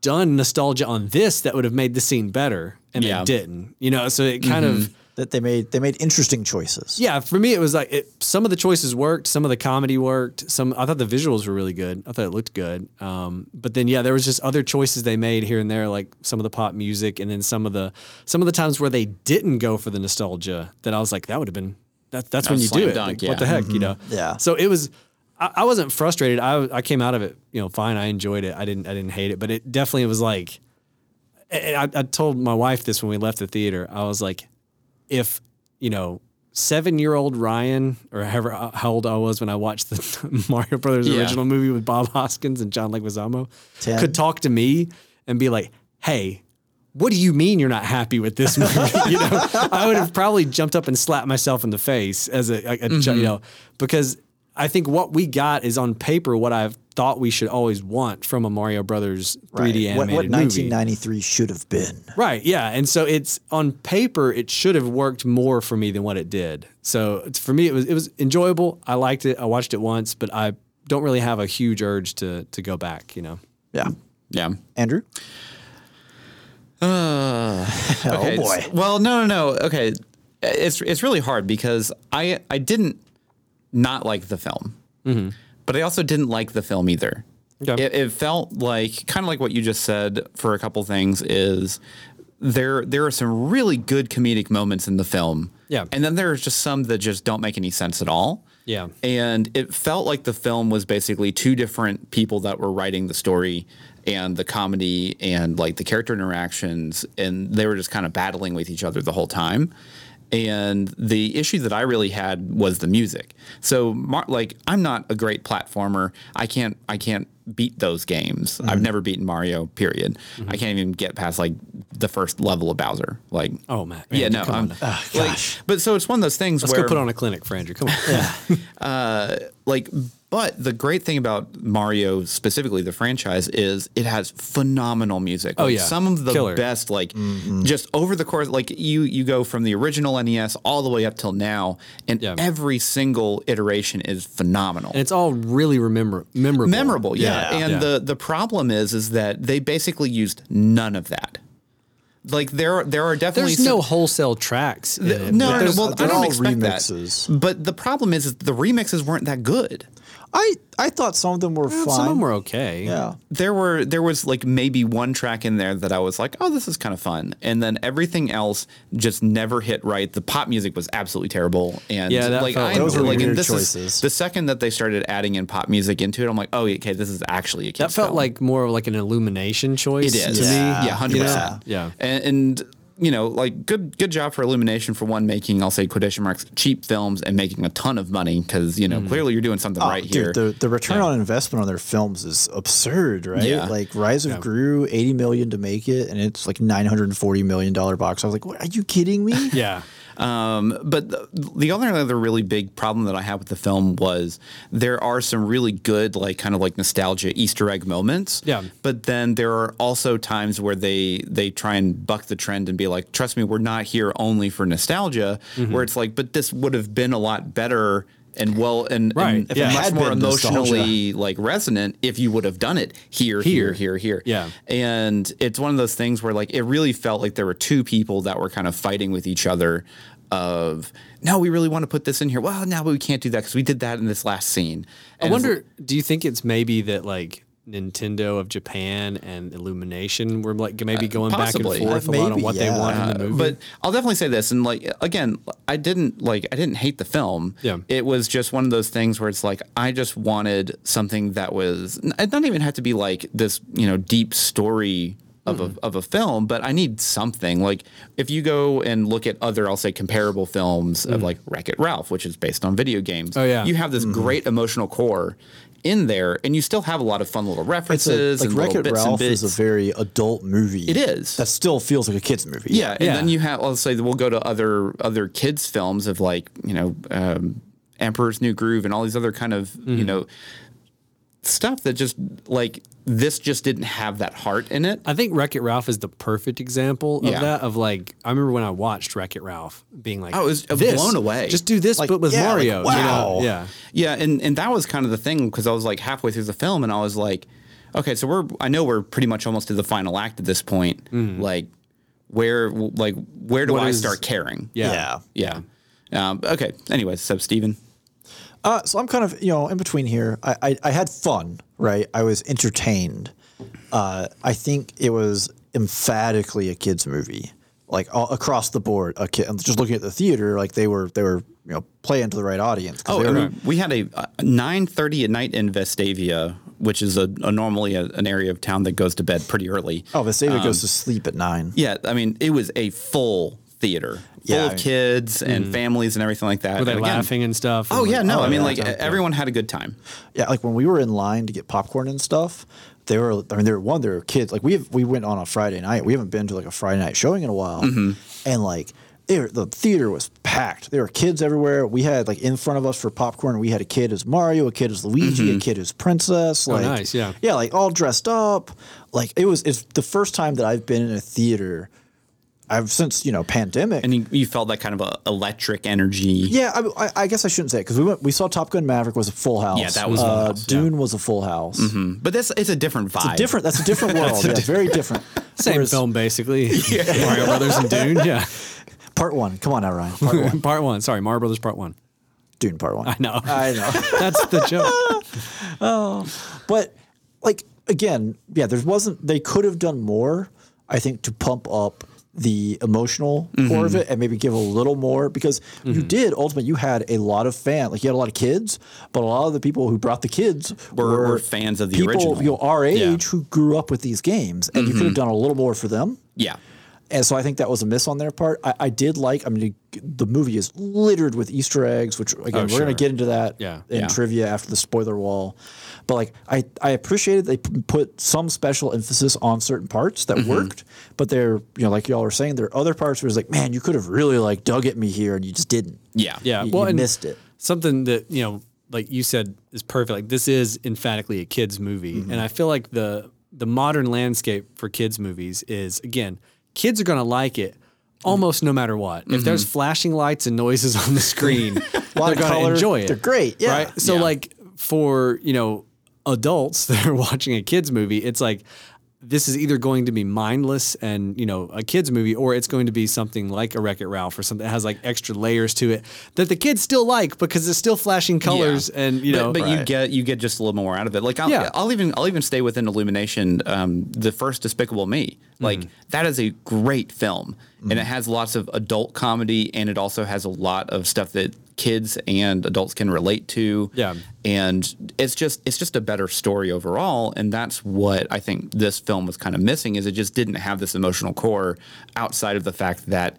S3: done nostalgia on this, that would have made the scene better. And
S2: Yeah.
S3: they didn't, you know, so it kind of,
S1: that they made they made interesting choices.
S3: yeah, for me, it was like it, some of the choices worked, some of the comedy worked. Some I thought the visuals were really good. I thought it looked good. Um, but then yeah, there was just other choices they made here and there, like some of the pop music, and then some of the some of the times where they didn't go for the nostalgia. That I was like, that would have been that, that's when
S2: was
S3: you do
S2: slam
S3: it.
S2: dunk,
S3: Like,
S2: yeah.
S3: What the heck, you know?
S1: Yeah.
S3: So it was. I, I wasn't frustrated. I I came out of it, you know, fine. I enjoyed it. I didn't I didn't hate it, but it definitely was like. And I, I told my wife this when we left the theater. I was like, if you know seven year old Ryan, or however uh, how old I was when I watched the Mario Brothers
S2: Yeah.
S3: original movie with Bob Hoskins and John Leguizamo,
S1: Ten.
S3: could talk to me and be like, "Hey." What do you mean you're not happy with this movie? you know, I would have probably jumped up and slapped myself in the face as a, a, a ju-
S1: Mm-hmm.
S3: you know, because I think what we got is on paper what I've thought we should always want from a Mario Brothers 3D animated
S1: what, what
S3: movie.
S1: 1993 should have been.
S3: Right. Yeah. And so it's on paper, it should have worked more for me than what it did. So it's- for me, it was it was enjoyable. I liked it. I watched it once, but I don't really have a huge urge to to go back. You know.
S1: Yeah.
S2: Yeah.
S1: Andrew?
S3: Uh,
S1: oh,
S2: Okay,
S1: boy.
S2: it's- Well, no, no, no. Okay, it's it's really hard because I I didn't not like the film, but I also didn't like the film either.
S3: Mm-hmm. Okay.
S2: It, it felt like kind of like what you just said for a couple things is there there are some really good comedic moments in the film.
S3: Yeah.
S2: And then there's just some that just don't make any sense at all.
S3: Yeah.
S2: And it felt like the film was basically two different people that were writing the story and the comedy and like the character interactions. And they were just kind of battling with each other the whole time. And the issue that I really had was the music. So, Mar- like, I'm not a great platformer. I can't, I can't beat those games.
S3: Mm-hmm.
S2: I've never beaten Mario. Period. I can't even get past like the first level of Bowser. Like,
S3: Oh, man.
S2: yeah,
S3: Andrew,
S2: no,
S3: come on
S2: I'm,
S3: now.
S2: like, but so it's one of those things
S3: Let's
S2: where
S3: go put on a clinic for Andrew. Come on.
S2: like but the great thing about Mario specifically the franchise is it has phenomenal music. Oh
S3: yeah.
S2: some of the
S3: Killer.
S2: best like
S1: Mm-hmm.
S2: just over the course like you you go from the original NES all the way up till now and
S3: Yeah.
S2: every single iteration is phenomenal.
S3: And it's all really remember memorable.
S2: memorable, yeah.
S1: Yeah.
S2: And
S3: Yeah.
S2: the the problem is is that they basically used none of that. Like there there are definitely
S3: There's
S2: some-
S3: no wholesale tracks. in it.
S2: no, no, no,
S1: There's-
S2: well, I
S1: they're
S2: don't
S1: all
S2: expect that.
S1: remixes.
S2: But the problem is, is the remixes weren't that good.
S1: I, I thought some of them were fine.
S3: some of them were okay.
S1: yeah.
S2: there were there was like maybe one track in there that I was like, oh, this is kind of fun, and then everything else just never hit right. The pop music was absolutely terrible, and
S3: Yeah, that
S2: like
S3: felt-
S2: I
S3: Those were
S2: like, and
S1: weird
S2: this is-
S1: choices.
S2: the second that they started adding in pop music into it, I'm like, oh, okay, this is actually a kid's
S3: That felt
S2: film.
S3: like more of like an illumination choice.
S2: it is,
S3: To
S1: Yeah.
S3: me.
S2: yeah, hundred percent,
S3: Yeah. Yeah.
S2: and. and you know, like good, good job for Illumination for one making. I'll say quotation marks cheap films and making a ton of money because you know
S3: Mm-hmm.
S2: clearly you're doing something right here.
S1: Oh, Dude, the, the return on investment on their films is absurd, right?
S2: Yeah.
S1: Like Rise of Gru, 80 million to make it, and it's like 940 million dollar box. I was like, what, are you kidding me?
S3: Yeah.
S2: but the, the other other really big problem that I had with the film was there are some really good like kind of like nostalgia Easter egg moments.
S3: Yeah.
S2: But then there are also times where they they try and buck the trend and be like, trust me, we're not here only for nostalgia. Where it's like, but this would have been a lot better and well and,
S3: Right.
S2: and
S3: If it
S2: much
S1: had
S2: more
S1: been nostalgia.
S2: emotionally like resonant if you would have done it here, here, here, here.
S3: Yeah.
S2: And it's one of those things where like it really felt like there were two people that were kind of fighting with each other of no, we really want to put this in here. Well, now we can't do that because we did that in this last scene.
S3: I
S2: And it's
S3: wonder. Do you think it's maybe that like Nintendo of Japan and Illumination were like maybe going
S2: Uh, possibly.
S3: back and forth
S1: Uh,
S3: a lot on
S1: maybe,
S3: what they
S1: yeah.
S3: want in the
S2: like-
S3: movie?
S2: but I'll definitely say this, and like again, I didn't like I didn't hate the film.
S3: Yeah.
S2: it was just one of those things where it's like I just wanted something that was. It not even had to be like this, you know, deep story of a of a film, but I need something. Like if you go and look at other, I'll say comparable films of like Wreck It Ralph, which is based on video games.
S3: Oh, yeah.
S2: you have this great emotional core in there, and you still have a lot of fun little
S1: It's a,
S2: references
S1: like
S2: and
S1: Wreck
S2: little
S1: It
S2: bits and
S1: Ralph
S2: bits.
S1: is a very adult movie. It
S2: is.
S1: That still feels like a kid's movie.
S2: Yeah, and
S3: Yeah.
S2: then you have. Let's say that we'll go to other other kids' films of like you know, um, Emperor's New Groove and all these other kind of you
S3: Mm-hmm.
S2: know stuff that just like this just didn't have that heart in it.
S3: I think Wreck It Ralph is the perfect example of
S2: Yeah.
S3: that. Of like, I remember when I watched Wreck It Ralph, being like,
S2: I Oh, was uh,
S3: "This,
S2: blown away."
S3: Just do this,
S1: Like,
S3: but with
S1: yeah, like,
S3: Mario. you know?
S1: wow.
S3: Yeah.
S2: Yeah, and and that was kind of the thing because I was like halfway through the film and I was like, okay, so we're I know we're pretty much almost to the final act at this point. Like, where like where do
S3: Mm-hmm. What
S2: I
S3: is-
S2: start caring?
S3: Yeah.
S1: Yeah.
S2: yeah. Um, okay. Anyways, so Steven.
S1: Uh, so I'm kind of you know in between here. I I, I had fun, right? I was entertained. Uh, I think it was emphatically a kids movie, like all, across the board. A kid, and just looking at the theater, like they were they were you know playing to the right audience. 'cause
S2: Oh,
S1: they
S2: and
S1: were-
S2: we had a uh, nine thirty at night in Vestavia, which is a, a normally a, an area of town that goes to bed pretty early.
S1: oh, Vestavia goes to sleep at nine.
S2: Yeah, I mean it was a full theater
S1: Yeah,
S2: full
S1: I-
S2: of kids and families and everything like that.
S3: Mm. Were they
S2: And again-
S3: laughing and stuff?
S2: Oh
S3: And,
S2: yeah, no. I mean,
S3: yeah,
S2: like
S3: okay.
S2: everyone had a good time.
S1: Yeah, like when we were in line to get popcorn and stuff, they were. I mean, they were one. They were kids. Like we have, we went on a Friday night. We haven't been to like a Friday night showing in a while, and like. They were, the theater was packed. There were kids everywhere. We had like in front of us for popcorn. We had a kid as Mario, a kid as Luigi, a kid as
S2: Oh,
S1: Princess. Like,
S3: nice, yeah.
S1: yeah, like all dressed up. Like it was. It's the first time that I've been in a theater. I've since you know pandemic.
S2: And you, you felt that kind of a electric energy.
S1: Yeah, I, I, I guess I shouldn't say it because we went. We saw Top Gun Maverick was a full house.
S2: Yeah, that was a
S1: uh,
S2: full house, yeah.
S1: Dune was a full house.
S2: Hmm. But this it's a different vibe.
S1: Different. That's a different world. yeah, very different.
S3: Same
S1: Whereas-
S3: film, basically. Mario Brothers and Dune. Yeah.
S1: Part one. Come on now, Ryan. Part one.
S3: part one. Sorry, Mario Brothers Part One.
S1: Dune. Part one.
S3: I know.
S1: I know.
S3: That's the joke.
S1: But like again, yeah, there wasn't. They could have done more. I think to pump up the emotional
S2: Mm-hmm.
S1: core of it and maybe give a little more because you did ultimately you had a lot of fan like you had a lot of kids but a lot of the people who brought the kids
S2: Were- were fans of the
S1: people,
S2: original.
S1: you know, our age
S2: Yeah. Mm-hmm.
S1: who grew up with these games and you could have done a little more for them
S2: Yeah.
S1: And so I think that was a miss on their part. I, I did like, I mean, the movie is littered with Easter eggs, which again, we're
S3: Oh, sure.
S1: going to get into that
S3: Yeah.
S1: in
S2: Yeah.
S1: trivia after the spoiler wall. But like, I, I appreciated they p- put some special emphasis on certain parts that
S3: Mm-hmm.
S1: worked, but they're, you know, like y'all were saying, there are other parts where it's like, man, you could have really like dug at me here and you just didn't.
S2: Yeah.
S3: Yeah.
S1: You-
S3: well,
S1: you
S3: and
S1: missed it.
S3: Something that you know, like you said, is perfect. Like this is emphatically a kids movie,
S1: Mm-hmm.
S3: and I feel like the the modern landscape for kids movies is again, kids are going to like it. Almost no matter what. If there's flashing lights and noises on the screen,
S1: Mm-hmm. lot
S3: they're
S1: of
S3: going to
S1: color,
S3: enjoy it.
S1: they're great, yeah.
S3: Right. So
S2: Yeah.
S3: like for you know adults that are watching a kids movie, it's like this is either going to be mindless and you know a kids movie, or it's going to be something like a Wreck It Ralph or something that has like extra layers to it that the kids still like because it's still flashing colors
S2: Yeah.
S3: and you
S2: But-
S3: know.
S2: but, you get you get just a little more out of it. Like I'll,
S3: Yeah.
S2: I'll even I'll even stay within Illumination. Um, the first Despicable Me, like that is a great film, and it has lots of adult comedy, and it also has a lot of stuff that kids and adults can relate to.
S3: Yeah.
S2: and it's just it's just a better story overall, and that's what I think this film was kind of missing is it just didn't have this emotional core outside of the fact that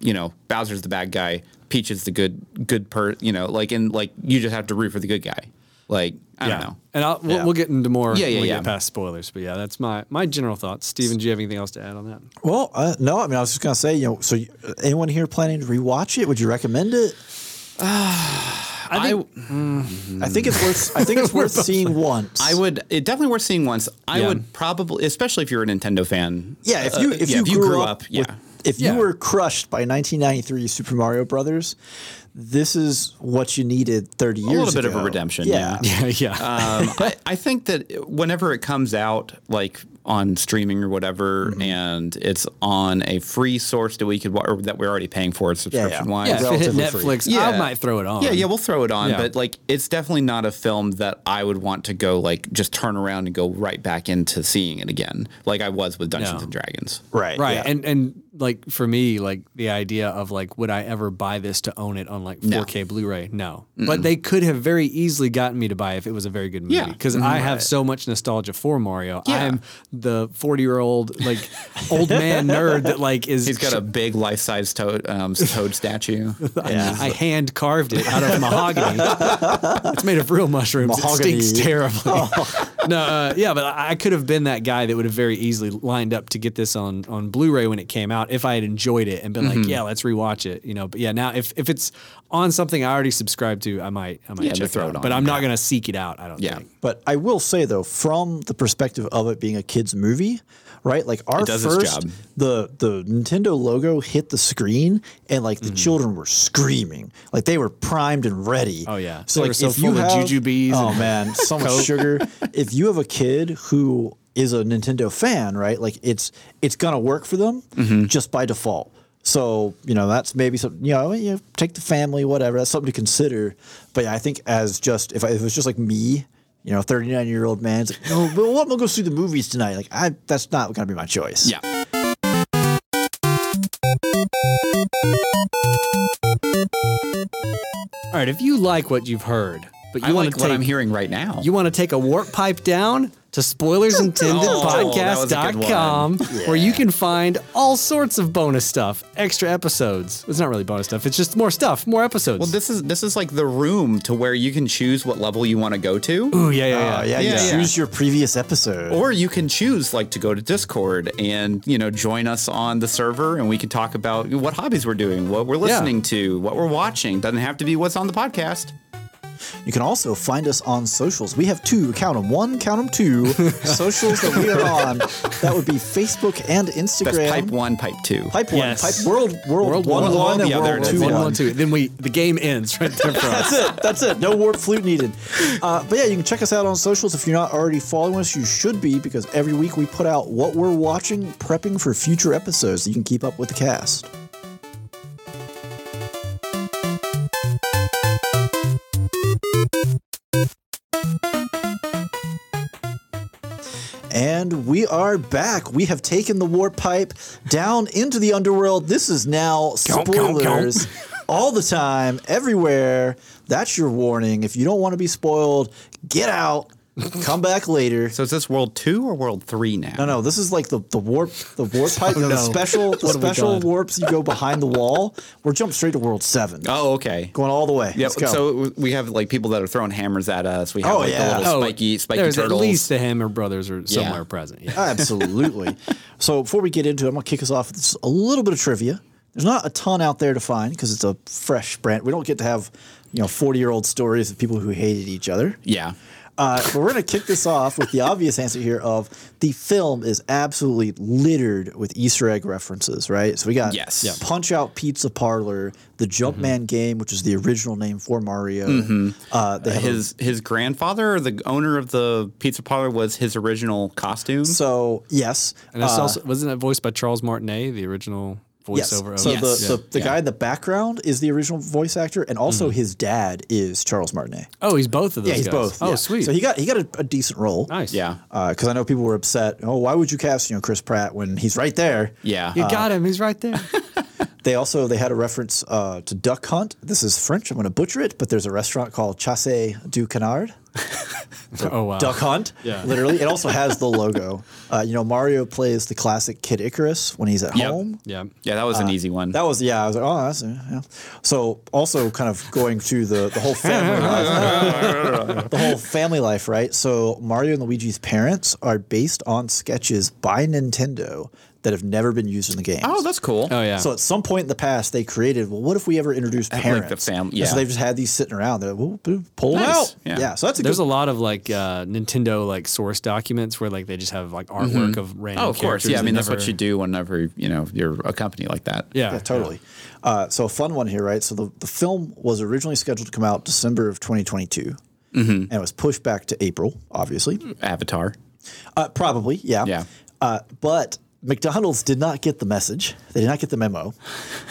S2: you know Bowser's the bad guy. Peach is the good good per you know like and like you just have to root for the good guy like I
S3: yeah.
S2: don't know
S3: And I'll, we'll,
S1: Yeah.
S3: we'll get into more
S2: Yeah,
S3: when
S2: yeah,
S3: we
S2: yeah.
S3: get past spoilers. But yeah, that's my my general thoughts. Steven, do you have anything else to add on that?
S1: Well, uh, no, I mean, I was just going to say, you know, so you, anyone here planning to rewatch it? Would you recommend it?
S2: I,
S1: I think it's worth, I think it's worth seeing once.
S2: I would it definitely worth seeing once. I
S3: Yeah.
S2: would probably, especially if you're a Nintendo fan.
S1: Yeah, if
S2: uh,
S1: you if,
S2: yeah,
S1: you, grew up,
S2: yeah,
S1: with- if
S3: Yeah.
S1: you were crushed by 1993 Super Mario Brothers, this is what you needed 30 years ago.
S2: little bit of a redemption, yeah.
S3: Yeah, yeah.
S2: um, I, I think that whenever it comes out, like on streaming or whatever,
S3: Mm-hmm.
S2: and it's on a free source that we could wa- or that we're already paying for subscription wise.
S3: yeah, if it hit
S1: relatively free.
S3: Netflix, I might throw it on.
S2: Yeah, yeah, we'll throw it on.
S3: Yeah.
S2: But like, it's definitely not a film that I would want to go like just turn around and go right back into seeing it again, like I was with Dungeons
S3: No.
S2: and Dragons.
S1: Right.
S3: right
S1: yeah.
S3: and and like for me like the idea of like would i ever buy this to own it on like 4k blu-ray no but they could have very easily gotten me to buy if it was a very good movie
S2: Yeah. Mm-hmm.
S3: because i have so much nostalgia for mario
S2: Yeah.
S3: i'm the 40 year old like old man nerd that like is
S2: He's got a big life size toad, um, toad statue.
S1: Yeah.
S3: I hand carved it out of mahogany. it's made of real mushrooms.
S1: Mahogany.
S3: It stinks terribly.
S2: Oh.
S3: no, uh, yeah, but I I could have been that guy that would have very easily lined up to get this on on Blu-ray when it came out if I had enjoyed it and been like,
S2: Mm-hmm.
S3: yeah, let's rewatch it. You know, but yeah, now if, if it's on something I already subscribe to, I might I might
S2: Yeah,
S3: check
S2: throw it
S3: it out.
S2: on.
S3: But I'm not gonna seek it out. I don't
S2: Yeah.
S3: think.
S1: But I will say though, from the perspective of it being a kids' movie, right? Like our
S2: does its
S1: first,
S2: job.
S1: the the Nintendo logo hit the screen, and like the
S2: Mm-hmm.
S1: children were screaming, like they were primed and ready.
S3: Oh, yeah.
S1: so
S3: They
S1: like
S3: were so
S1: if you
S3: full of
S1: have,
S3: jujubes
S1: oh
S3: and-
S1: man, so much sugar. If you have a kid who is a Nintendo fan, right? Like it's it's gonna work for them just by default. So you know that's maybe something you know you take the family whatever that's something to consider. But yeah, I think as just if, I, if it was just like me, you know, thirty nine year old man's like, oh, well, I'm gonna go see the movies tonight. Like I that's not gonna be my choice.
S2: yeah.
S3: All right, if you like what you've heard, But
S2: I
S3: you want
S2: like
S3: to
S2: what
S3: take
S2: I'm hearing right now.
S3: you want to take a warp pipe down to
S1: Oh,
S3: spoilersintendedpodcast.com where you can find all sorts of bonus stuff, extra episodes. It's not really bonus stuff, it's just more stuff, more episodes.
S2: well, this is this is like the room to where you can choose what level you want to go to.
S3: Ooh, yeah, yeah, yeah.
S1: Uh, yeah, you
S2: Yeah, yeah.
S1: choose your previous episode.
S2: Or you can choose like to go to Discord and you know join us on the server, and we can talk about what hobbies we're doing, what we're listening to, what we're watching. Doesn't have to be what's on the podcast.
S1: You can also find us on socials. We have two, count 'em one, count 'em two, socials that we are on. That would be Facebook and Instagram.
S2: That's pipe one, pipe two.
S1: Pipe one,
S3: Yes.
S1: pipe world, world,
S3: World
S1: one,
S3: one,
S1: one,
S2: the
S1: and
S2: other,
S1: world
S2: and
S1: two,
S2: then
S3: One,
S1: one.
S3: one, two. Then we the game ends right there for us.
S1: That's it. That's it. No warp flute needed. Uh, but yeah, you can check us out on socials if you're not already following us. You should be because every week we put out what we're watching, prepping for future episodes. So you can keep up with the cast. And we are back. We have taken the warp pipe down into the underworld. This is now spoilers all the time, everywhere. That's your warning. If you don't want to be spoiled, get out. Come back later.
S2: So is this world two or world three now?
S1: No, no, this is like the, the warp the warp pipe, you know, the
S3: Oh, no.
S1: special the
S3: What have we
S1: special
S3: done?
S1: warps you go behind the wall. We're jumping straight to world seven.
S2: Oh, okay.
S1: Going all the way.
S2: Yeah,
S1: Let's go.
S2: so we have like people that are throwing hammers at us. We have
S1: Oh,
S2: like
S1: yeah.
S2: the little
S3: Oh,
S2: spiky, spiky
S3: There's
S2: turtles.
S3: at least the Hammer Brothers are somewhere present. Yeah.
S1: Absolutely. so before we get into it, I'm going to kick us off with s- a little bit of trivia. There's not a ton out there to find because it's a fresh brand. We don't get to have, you know, 40 year old stories of people who hated each other.
S2: yeah.
S1: Uh, but we're going to kick this off with the obvious answer here of the film is absolutely littered with Easter egg references, right? So we got
S2: Yes. Yep.
S1: Punch Out Pizza Parlor, the Jumpman game, which is the original name for Mario. Uh, they have a-
S2: His his grandfather, or the owner of the pizza parlor, was his original costume.
S1: so, yes.
S3: And it's
S1: uh,
S3: also wasn't that voiced by Charles Martinet, the original voiceover
S1: So
S3: of
S1: the,
S2: Yes.
S1: the,
S3: Yeah. Mm-hmm.
S1: the guy in the background is the original voice actor, and also his dad is Charles Martinet.
S3: Oh, he's both of those
S1: Yeah, he's
S3: guys.
S1: both.
S3: Oh,
S1: yeah.
S3: sweet.
S1: So he got he got a, a decent role.
S3: nice.
S2: yeah,
S1: Because I know people were upset. Oh, why would you cast you know Chris Pratt when he's right there?
S2: yeah.
S3: You got him. He's right there.
S1: They also they had a reference uh, to Duck Hunt. This is French. I'm going to butcher it, but there's a restaurant called Chasse du Canard.
S3: oh wow.
S1: Duck Hunt.
S3: Uh-huh. Yeah.
S1: Literally, it also has the logo. Uh, you know, Mario plays the classic Kid Icarus when he's at
S2: Yep.
S1: home.
S3: Yeah.
S2: yeah, Uh, that was an easy one.
S1: That was yeah. I was like, oh, that's yeah. So also kind of going to the the whole family life, the whole family life, right? So Mario and Luigi's parents are based on sketches by Nintendo that have never been used in the game.
S2: oh, that's cool.
S3: Oh yeah.
S1: So at some point in the past, they created. Well, what if we ever introduced
S2: Like the
S1: parents?
S2: fam-
S1: And
S2: yeah.
S1: So they've just had these sitting around. They're like, well, boop, pull them
S2: Nice.
S1: out.
S2: Yeah.
S1: Yeah. So that's a
S3: There's
S1: good.
S3: a lot of like uh, Nintendo like source documents where like they just have like artwork of random.
S2: Oh, of course.
S3: characters
S2: Yeah, I
S3: that
S2: mean that's
S3: never-
S2: what you do whenever you know you're a company like that.
S3: Yeah.
S1: yeah, totally. Uh, so a fun one here, right? So the, the film was originally scheduled to come out December of 2022,
S2: Mm-hmm.
S1: and it was pushed back to April, obviously.
S2: Avatar.
S1: Uh, probably, yeah.
S2: Yeah.
S1: Uh, but McDonald's did not get the message. They did not get the memo.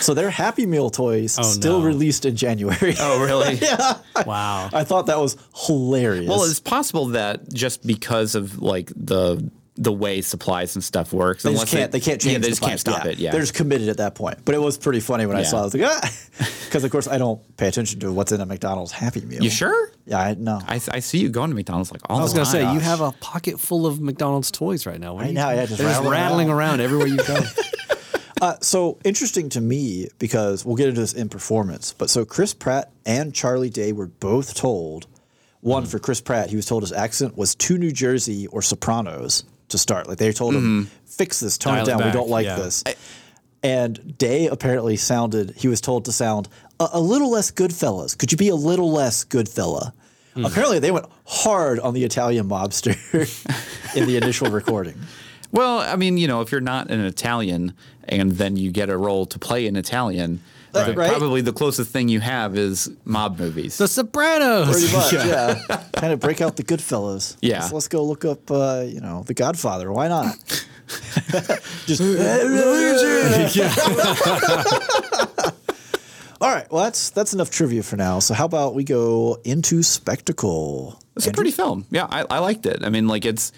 S1: So their Happy Meal toys still
S3: no.
S1: released in January.
S2: Oh, really?
S1: yeah.
S3: Wow.
S1: I thought that was hilarious.
S2: Well, it's possible that just because of like the the way supplies and stuff works,
S1: they
S2: unless
S1: just can't. They can't change.
S2: Yeah, they
S1: the
S2: just can't
S1: plan.
S2: stop it. Yeah,
S1: they're just committed at that point. But it was pretty funny when I
S2: Yeah.
S1: saw. it. I was like, ah, because of course I don't pay attention to what's in a McDonald's Happy Meal.
S2: you sure?
S1: Yeah, I know.
S2: I, I see you going to McDonald's like all
S3: I was
S2: the
S3: gonna
S2: time.
S3: say you have a pocket full of McDonald's toys right now. What are
S1: Right
S3: you
S1: now,
S3: doing?
S1: yeah, just
S3: They're just
S1: rattling
S3: rattling around everywhere you go.
S1: Uh, so interesting to me because we'll get into this in performance. But so Chris Pratt and Charlie Day were both told one
S3: Mm-hmm.
S1: for Chris Pratt, he was told his accent was too New Jersey or Sopranos to start. Like they told him, fix this, tone
S3: Mm-hmm.
S1: it
S3: Dial it
S1: down. we
S3: back,
S1: don't like
S3: yeah.
S1: this. and Day apparently sounded, he was told to sound a, a little less Goodfellas. Could you be a little less Goodfella?
S3: Mm-hmm.
S1: Apparently, they went hard on the Italian mobster in the initial recording.
S2: Well, I mean, you know, if you're not an Italian and then you get a role to play an Italian,
S1: Right.
S2: the-
S1: Right.
S2: probably the closest thing you have is mob movies.
S3: The Sopranos.
S1: pretty much. Yeah, kind of break out the Goodfellas.
S2: Yeah.
S1: let's, let's go look up, uh, you know, The Godfather. Why not? Just all right. Well, that's that's enough trivia for now. So how about we go into spectacle?
S2: It's a pretty film. Yeah, I, I liked it. I mean, like it's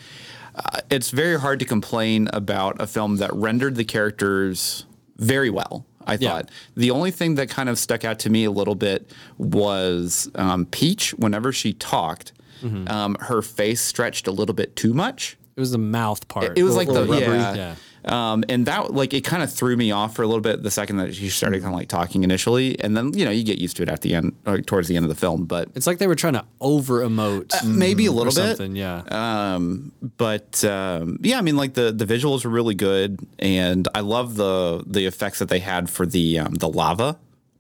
S2: uh, it's very hard to complain about a film that rendered the characters very well. I
S3: Yeah.
S2: thought. The only thing that kind of stuck out to me a little bit was um, Peach, whenever she talked, um, her face stretched a little bit too much.
S3: It was the mouth part.
S2: It was like the
S1: little rubbery.
S2: yeah. Um, and that like it kind of threw me off for a little bit the second that she started kind of like talking initially, and then you know you get used to it at the end, like towards the end of the film. But
S3: It's like they were trying to over emote
S2: maybe Uh, a
S3: Mm-hmm. or
S2: little bit.
S3: something. Yeah.
S1: Uh,
S2: Um, but um, yeah, I mean, like the the visuals were really good, and I love the the effects that they had for the um, the lava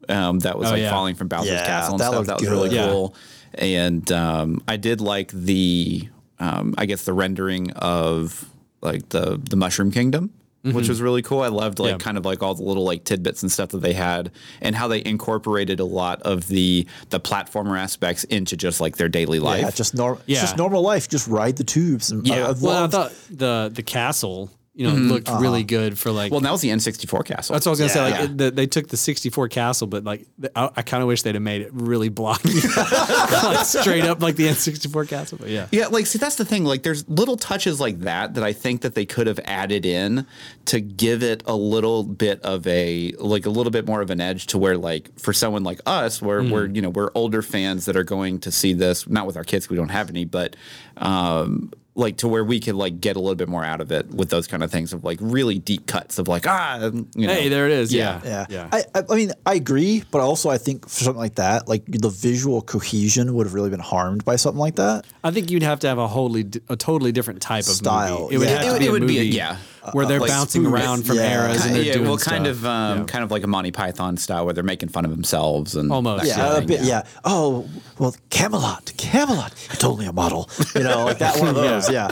S2: um, that was
S3: Oh,
S2: like
S3: yeah.
S2: falling from Bowser's
S1: Yeah,
S2: castle and
S1: that
S2: stuff.
S1: looked
S2: That was
S1: good.
S2: really
S3: Yeah.
S2: cool, and um, I did like the um, I guess the rendering of like the the Mushroom Kingdom. Which was really cool. I loved like
S3: Mm-hmm. Yeah.
S2: kind of like all the little like tidbits and stuff that they had, and how they incorporated a lot of the the platformer aspects into just like their daily life.
S1: Yeah, just normal.
S3: Yeah.
S1: just normal life. Just ride the tubes. And
S2: Yeah.
S1: I, I
S3: well, I
S1: loved-
S3: thought the the castle, you
S2: Mm-hmm.
S3: know, looked
S1: Uh-huh.
S3: really good for like.
S2: Well, that was the N64 castle.
S3: that's what I was gonna say. Like
S2: Yeah.
S3: it, the, they took the 64 castle, but like the, I, I kind of wish they'd have made it really blocky, like, straight up like the N64 castle. But yeah,
S2: yeah, like see, that's the thing. Like, there's little touches like that that I think that they could have added in to give it a little bit of a like a little bit more of an edge to where like for someone like us, where
S3: Hmm.
S2: we're you know we're older fans that are going to see this, not with our kids, we don't have any, but um, like to where we could like get a little bit more out of it with those kind of things of like really deep cuts of like ah, you know,
S3: hey, there it is. Yeah,
S1: Yeah.
S3: yeah.
S1: I, I, I mean, I agree, but also I think for something like that, like the visual cohesion would have really been harmed by something like that.
S3: I think you'd have to have a wholly, di- a totally different type of
S1: Style,
S3: Movie. It would
S1: yeah. It
S3: have to
S1: would-
S3: be
S2: it
S3: a
S2: would be
S3: movie
S2: a- yeah.
S3: where they're
S2: Like
S3: bouncing
S2: spoof.
S3: around from
S1: Yeah.
S3: eras and they're
S2: yeah,
S3: doing
S2: well, kind
S3: stuff.
S2: of, um, kind of like a Monty Python style where they're making fun of themselves and
S3: Almost.
S2: that
S1: Yeah,
S2: kind of
S1: a
S2: thing,
S1: bit, yeah. Oh, well, Camelot, Camelot. It's only a model, you know, like that one of those. yeah.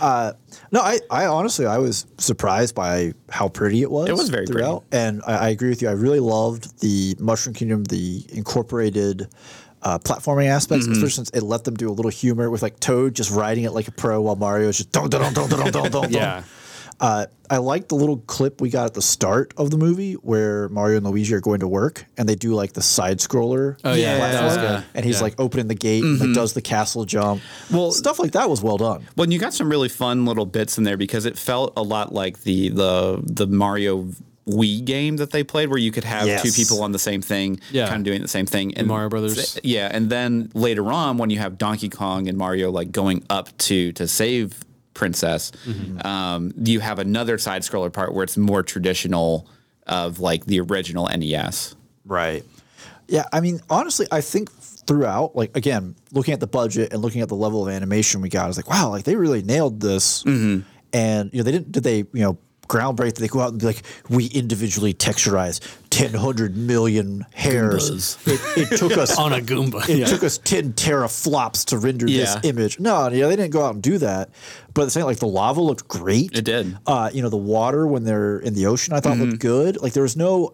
S1: Uh, no, I, I honestly, I was surprised by how pretty it was.
S2: It was very pretty.
S1: And I, I agree with you. I really loved the Mushroom Kingdom, the incorporated uh, platforming aspects,
S3: Mm-hmm.
S1: especially since it let them do a little humor with like Toad just riding it like a pro while Mario is just dun dun dun dun dun dun dun.
S3: Yeah.
S1: Uh, I like the little clip we got at the start of the movie where Mario and Luigi are going to work and they do like the side scroller. Oh
S3: yeah, that was good.
S1: And he's
S3: Yeah. Mm-hmm.
S1: like opening the gate and like, does the castle jump.
S2: Well-
S1: stuff like that was well done.
S2: Well, and you got some really fun little bits in there because it felt a lot like the the the Mario Wii game that they played, where you could have
S1: Yes.
S2: two people on the same thing,
S3: Yeah.
S2: kind of doing the same thing. And
S3: Mario Brothers.
S2: yeah. And then later on, when you have Donkey Kong and Mario like going up to to save Princess,
S3: Mm-hmm.
S2: um, you have another side scroller part where it's more traditional of like the original E NES.
S1: Right. Yeah, I mean, honestly, I think throughout, like again, looking at the budget and looking at the level of animation we got, I was like, wow, like they really nailed this. And you know, they didn't did they you know groundbreak? Did they go out and be like, we individually texturize ten hundred million hairs? It, it took us
S3: on a Goomba.
S1: it
S3: Yeah.
S1: took us 10 teraflops to render
S2: Yeah.
S1: this image. No, you know, they didn't go out and do that. But at the same like the lava looked great.
S2: It did. Mm-hmm.
S1: Uh, you know, the water when they're in the ocean, I thought looked good. Like there was no,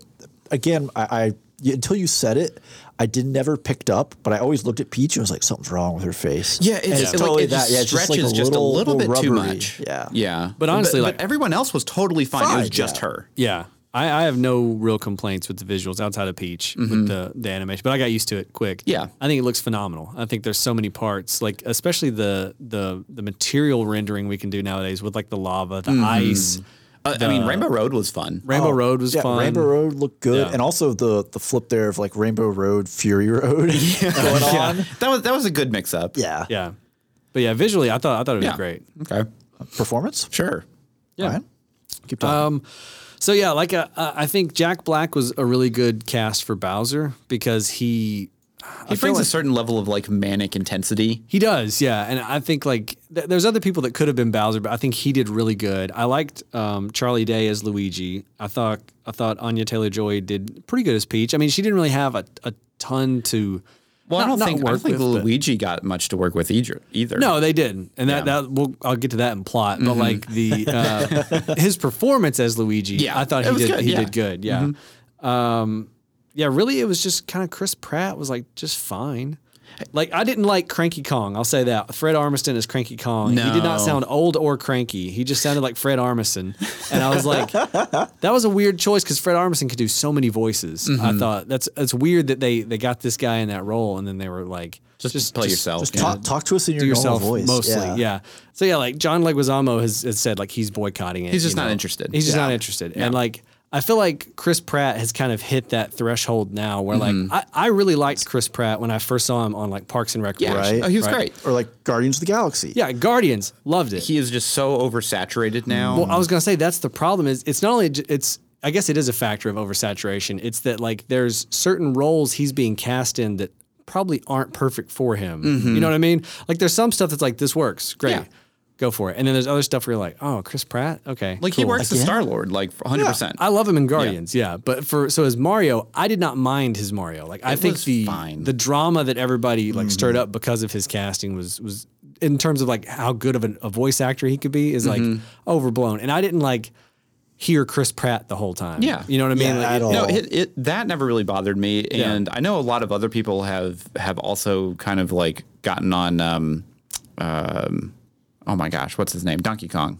S1: again, I, I y- until you said it, I did never picked up, but I always looked at Peach and was like, something's wrong with her face.
S2: Yeah, it's,
S1: And
S2: just, like, it just
S1: it's
S2: stretches
S1: like
S2: just a little, bit too
S1: rubbery.
S2: much.
S1: Yeah.
S2: yeah.
S3: But honestly,
S2: but,
S3: like-
S2: everyone else was totally fine. it was
S1: Fine,
S2: just
S1: yeah.
S2: her.
S3: Yeah. I, I have no real complaints with the visuals outside of Peach
S1: Mm-hmm.
S3: with the, the animation, but I got used to it quick.
S2: Yeah.
S3: I think it looks phenomenal. I think there's so many parts, like especially the the the material rendering we can do nowadays with like the lava, the ice.
S2: Uh, I mean, Rainbow Road was fun.
S3: Rainbow
S1: Mm-hmm. Oh,
S3: Road was
S1: yeah,
S3: fun.
S1: Rainbow Road looked good,
S3: Yeah.
S1: and also the the flip there of like Rainbow Road, Fury Road going on.
S2: That was that was a good mix up.
S1: Yeah,
S3: Yeah. But yeah, visually I thought I thought it was
S2: Yeah.
S3: great.
S2: Okay.
S1: performance.
S2: Sure.
S3: Yeah.
S1: All right. Keep
S3: Uh,
S1: talking.
S3: Um, So yeah, like uh, uh, I think Jack Black was a really good cast for Bowser because he
S2: He brings a
S3: like-
S2: certain level of like manic intensity.
S3: He does, yeah. And I think like th- there's other people that could have been Bowser, but I think he did really good. I liked um, Charlie Day as Luigi. I thought I thought Anya Taylor Joy did pretty good as Peach. I mean, she didn't really have a, a ton to.
S2: Well, I
S3: not-
S2: don't
S3: not
S2: think I
S3: work
S2: don't think
S3: with, but-
S2: Luigi got much to work with either. Either. Mm-hmm.
S3: no, they didn't, and that that we'll, I'll get to that in plot. But like the uh, his performance as Luigi,
S2: Yeah,
S3: I thought
S2: it
S3: he
S2: was
S3: did
S2: good,
S3: he
S2: yeah. Mm-hmm.
S3: did good. Yeah, um, yeah. Really, it was just kind of Chris Pratt was like just fine. Like I didn't like Cranky Kong. I'll say that Fred Armiston is Cranky Kong. He did
S2: No.
S3: not sound old or cranky. He just sounded like Fred Armisen, and I was like, that was a weird choice because Fred Armisen could do so many voices.
S2: Mm-hmm.
S3: I thought that's that's weird that they they got this guy in that role, and then they were like,
S2: Just, play yourself.
S1: Just
S2: yeah.
S1: talk, talk to us in your
S3: to yourself
S1: normal voice.
S3: mostly. Yeah. So yeah, like John Leguizamo has, has said, like he's boycotting it.
S2: He's just
S3: you
S2: not interested.
S3: He's just not interested. And like I feel like Chris Pratt has kind of hit that threshold now where like I, I really liked Chris Pratt when I first saw him on like Parks and Recreation.
S2: Mm-hmm. Yeah,
S1: Right.
S2: oh, he was
S3: Right.
S2: great.
S1: or like Guardians of the Galaxy.
S3: Yeah, Guardians loved it.
S2: He is just so oversaturated now.
S3: Well, I was gonna say that's the problem. Is it's not only j- it's I guess it is a factor of oversaturation. It's that like there's certain roles he's being cast in that probably aren't perfect for him. You know what I mean? Like there's some stuff that's like this works great,
S2: Mm-hmm. Yeah.
S3: go for it. And then there's other stuff where you're like, oh, Chris Pratt, okay,
S2: like he
S3: cool.
S2: works as Star Lord, like 100. percent
S3: I love him in Guardians, yeah. But for so as Mario, I did not mind his Mario. Like I think
S2: was
S3: the
S2: fine. Mm-hmm.
S3: the drama that everybody like stirred up because of his casting was was in terms of like how good of an, a voice actor he could be is like
S2: Mm-hmm.
S3: overblown. And I didn't like hear Chris Pratt the whole time.
S2: Yeah.
S3: you know what I mean.
S1: Yeah,
S3: Like,
S1: at
S3: it-
S1: all.
S2: No, it, it that never really bothered me, and I know a lot of other people have have also kind of like gotten on. Um, um, oh my gosh, what's his name? Donkey Kong.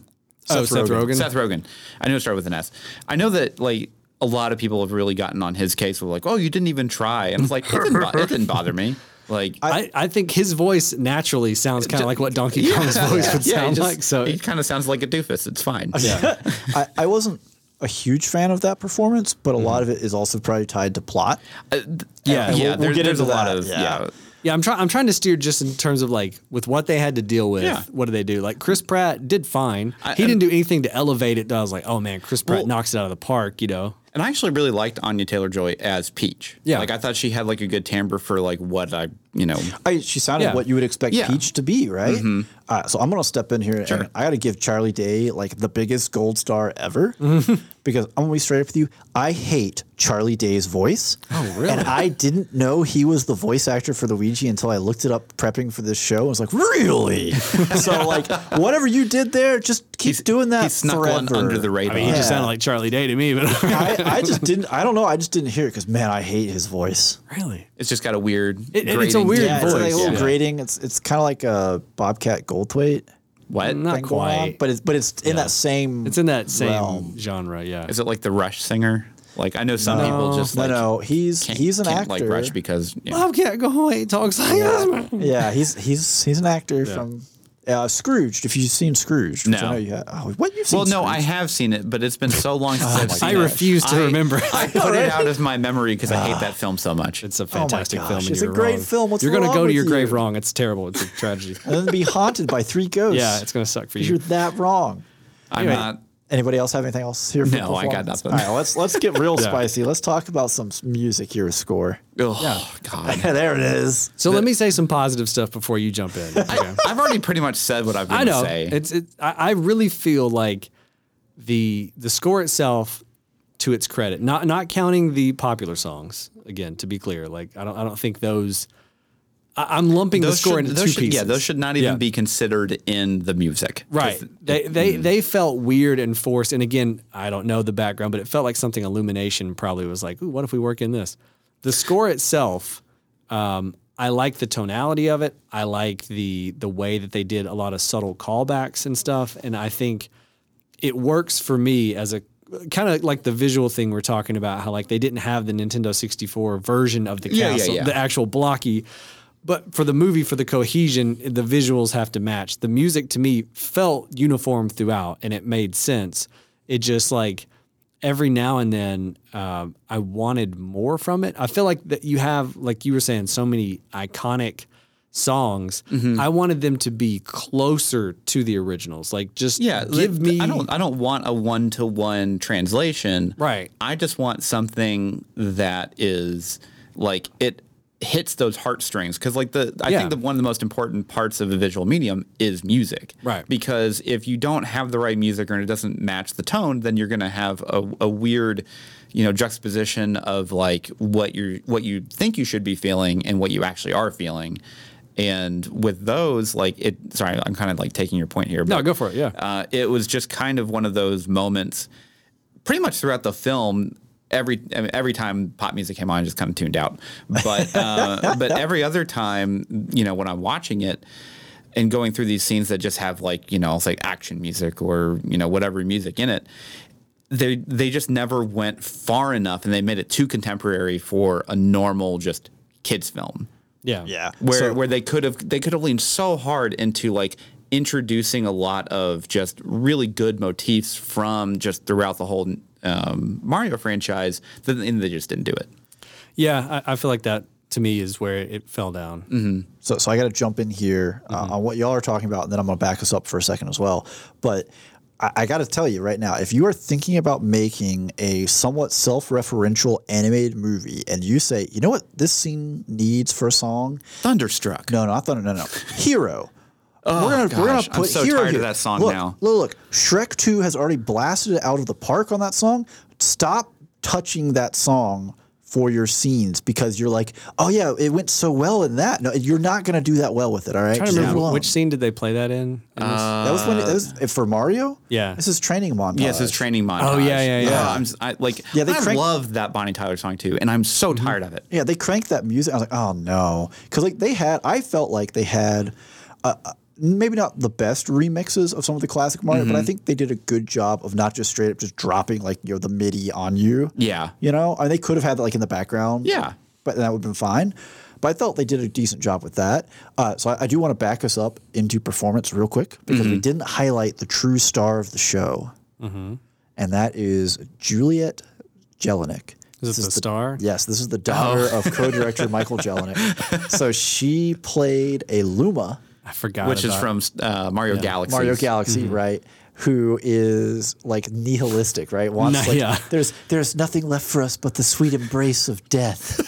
S3: Oh, Seth Rogen.
S2: Seth Rogen. I know it started with an S. I know that like a lot of people have really gotten on his case. Were like, oh, you didn't even try, and I was like, it didn't, bo- it didn't bother me. Like,
S3: I, I think his voice naturally sounds kind of like what Donkey Kong's voice would
S2: yeah, it
S3: sound
S2: just-
S3: like. So
S2: it kind of sounds like a doofus. It's fine.
S3: yeah,
S1: I, I wasn't a huge fan of that performance, but
S3: Mm-hmm.
S1: a lot of it is also probably tied to plot.
S3: yeah,
S2: Uh, yeah.
S1: we'll
S2: there-
S1: get
S2: there's
S1: into
S2: a lot
S1: that,
S2: of
S1: yeah.
S2: yeah.
S3: Yeah, I'm trying. I'm trying to steer just in terms of like with what they had to deal with.
S2: Yeah.
S3: What do they do? Like Chris Pratt did fine. he didn't do anything to elevate it. I was like, oh man, Chris Pratt knocks it out of the park. You know.
S2: And I actually really liked Anya Taylor Joy as Peach.
S3: Yeah.
S2: like I thought she had like a good timbre for like what I you know.
S1: I, she sounded
S3: Yeah.
S1: what you would expect
S2: Yeah.
S1: Peach to be, right? Uh, so I'm gonna step in here and I gotta give Charlie Day like the biggest gold star ever because I'm gonna be straight up with you. I hate Charlie Day's voice. Oh,
S3: really?
S1: And I didn't know he was the voice actor for Luigi until I looked it up prepping for this show. I was like, really? so like, whatever you did there, just keep doing that
S2: he snuck one
S1: forever.
S2: under the radar.
S3: He just
S1: Yeah.
S3: sounded like Charlie Day to me, but
S1: I, I just didn't. I don't know. I just didn't hear it because man, I hate his voice.
S3: really,
S2: It's just got a weird.
S3: It- it's a
S2: grating.
S3: weird
S1: Yeah, it's like
S3: voice,
S1: a
S3: oh,
S1: little
S3: yeah.
S1: grating. It's it's kind of like a Bobcat Goldthwait.
S2: What?
S3: not
S1: thing going on,
S3: quite.
S1: but it's but it's in that same.
S3: It's in that same
S1: realm.
S3: genre. Yeah.
S2: Is it like the Rush singer? Like I know some people just
S1: no,
S3: uh,
S2: like
S1: no, he's
S2: can't-
S1: he's an
S2: can't
S1: actor.
S2: like Rush because you know,
S3: Oh, I can't go away. He talks like this, man.
S1: yeah, he's he's he's an actor from uh, Scrooged. If you've seen Scrooged, which I
S2: No.
S1: know you have. Oh, what you've seen?
S2: Well, no, I
S1: Scrooged?
S2: have seen it, but it's been so long since I've seen
S3: I
S2: it.
S3: refuse to
S2: I-
S3: remember.
S2: I put it out of my memory because I hate that film so much.
S3: It's a
S1: Oh my
S3: fantastic
S1: gosh,
S3: film. and
S1: it's a
S3: you're
S1: great
S3: wrong.
S1: film. What's
S3: you're gonna
S1: wrong
S3: go to
S1: with
S3: your
S1: you?
S3: grave wrong. It's terrible. It's a tragedy.
S1: and then be haunted by three ghosts.
S3: yeah, it's gonna suck for
S1: you're
S3: you.
S1: that wrong.
S2: I'm
S3: anyway.
S2: not.
S1: Anybody else have anything else here? For
S2: No, I got
S1: performance?
S2: nothing.
S1: All right, let's let's get real
S3: Yeah.
S1: spicy. Let's talk about some s- music here. Score.
S2: Oh God.
S1: there it is.
S3: So let me say some positive stuff before you jump in. Okay?
S2: I've already pretty much said what I've been
S3: I know.
S2: say.
S3: It's it, I, I really feel like the the score itself, to its credit, not not counting the popular songs. Again, to be clear, like I don't I don't think those. I, I'm lumping the score into two
S2: should,
S3: pieces.
S2: Yeah, those should not even
S3: Yeah.
S2: be considered in the music. 'Cause
S3: Right. They they
S2: mm.
S3: they felt weird and forced. And again, I don't know the background, but it felt like something Illumination probably was like, "Ooh, what if we work in this?" The score itself, um, I like the tonality of it. I like the the way that they did a lot of subtle callbacks and stuff. And I think it works for me as a kind of like the visual thing we're talking about how like they didn't have the Nintendo 64 version of the
S2: Yeah, yeah,
S3: castle
S2: yeah.
S3: the actual blocky but for the movie for the cohesion the visuals have to match the music to me felt uniform throughout and it made sense it just like every now and then um, I wanted more from it I feel like that you have like you were saying so many iconic songs
S2: Mm-hmm.
S3: I wanted them to be closer to the originals like just
S2: Yeah, th-
S3: give me
S2: I don't. I don't want a one to one translation.
S3: Right.
S2: I just want something that is like it hits those heartstrings because like the I
S3: Yeah.
S2: think the one of the most important parts of a visual medium is music.
S3: Right.
S2: Because if you don't have the right music or it doesn't match the tone, then you're gonna have a, a weird, you know, juxtaposition of like what you what you think you should be feeling and what you actually are feeling. And with those, like it, sorry, I'm kind of like taking your point here.
S3: No,
S2: but,
S3: go for it, yeah.
S2: uh, it was just kind of one of those moments, pretty much throughout the film. Every I mean, every time pop music came on, I just kind of tuned out. But uh, but every other time, you know, when I'm watching it and going through these scenes that just have like you know, it's like action music or you know whatever music in it, they they just never went far enough, and they made it too contemporary for a normal just kids film
S3: yeah
S1: Yeah.
S2: where
S1: So-
S2: where they could have they could have leaned so hard into like introducing a lot of just really good motifs from just throughout the whole um, Mario franchise, then and they just didn't do it.
S3: Yeah, I, I feel like that to me is where it fell down.
S1: So, so I got to jump in here uh, on what y'all are talking about, and then I'm going to back us up for a second as well. But I, I got to tell you right now, if you are thinking about making a somewhat self-referential animated movie, and you say, you know what, this scene needs for a song,
S2: Thunderstruck.
S1: no, no, I thought, no, no, hero. we're gonna, we're gonna
S2: Oh, gosh, I'm
S1: put
S2: so
S1: hero
S2: tired of
S1: here.
S2: that song
S1: look,
S2: now.
S1: Look, look, Shrek Two has already blasted it out of the park on that song. Stop touching that song for your scenes because you're like, oh yeah, it went so well in that. No, you're not gonna do that well with it. All right,
S3: I
S1: Just leave
S3: don't
S1: it Uh,
S3: remember
S1: alone.
S3: which scene did they play that in? in this-
S1: that was when it, that was for Mario.
S3: Yeah.
S1: this is training montage.
S2: Yes, his training montage.
S3: Oh, yeah, yeah, yeah.
S2: Oh, I'm s- I, like,
S1: Yeah, they
S2: I
S1: crank- Mm-hmm.
S2: love that Bonnie Tyler song too, and I'm so tired of it.
S1: Yeah, they cranked that music. I was like, oh no, because like they had, I felt like they had, uh, uh, maybe not the best remixes of some of the classic Mario, but I
S2: Mm-hmm.
S1: think they did a good job of not just straight up just dropping like you know the MIDI on you.
S2: Yeah.
S1: you know, I mean, they could have had that like in the background.
S2: Yeah.
S1: but that would have been fine. But I felt they did a decent job with that. Uh, so I, I do want to back us up into performance real quick because
S2: Mm-hmm.
S1: we didn't highlight the true star of the show, and that is Juliet Jelinek.
S3: is it the, star? Oh.
S1: Yes, this is the daughter of co-director Michael Jelinek. So she played a Luma,
S3: I forgot.
S2: Which is
S3: about-
S2: from uh, Mario Galaxy.
S1: Mario Galaxy,
S3: mm-hmm.
S1: right? Who is like nihilistic, right? Wants
S3: Nah,
S1: like
S3: yeah.
S1: there's there's nothing left for us but the sweet embrace of death.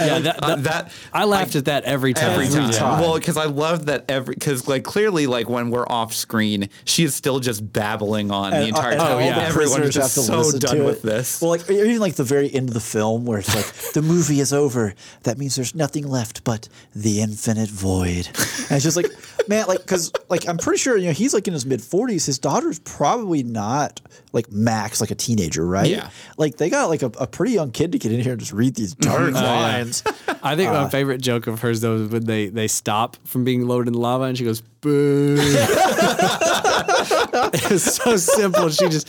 S3: yeah, that,
S2: Uh,
S3: that-
S2: that
S3: I laughed at that every time.
S2: every
S1: Every
S2: time.
S1: time.
S2: Well, because I love that every because like clearly like when we're off screen, she is still just babbling on the entire
S1: and
S2: time.
S1: Oh, all the
S2: everyone
S1: prisoners
S2: is just
S1: have to
S2: so
S1: listen
S2: done
S1: to
S2: with
S1: it.
S2: this.
S1: Well, like even like the very end of the film where it's like the movie is over. That means there's nothing left but the infinite void. And it's just like, man, like because like I'm pretty sure you know he's like in his mid 40s. His daughter's probably not like max like a teenager, right?
S2: Yeah. Mm-hmm.
S1: Like they got like a, a pretty young kid to get in here and just read these dark
S2: Oh,
S1: lines.
S3: I think my favorite joke of hers though is when they they stop from being loaded in lava and she goes boo. it's so simple. She just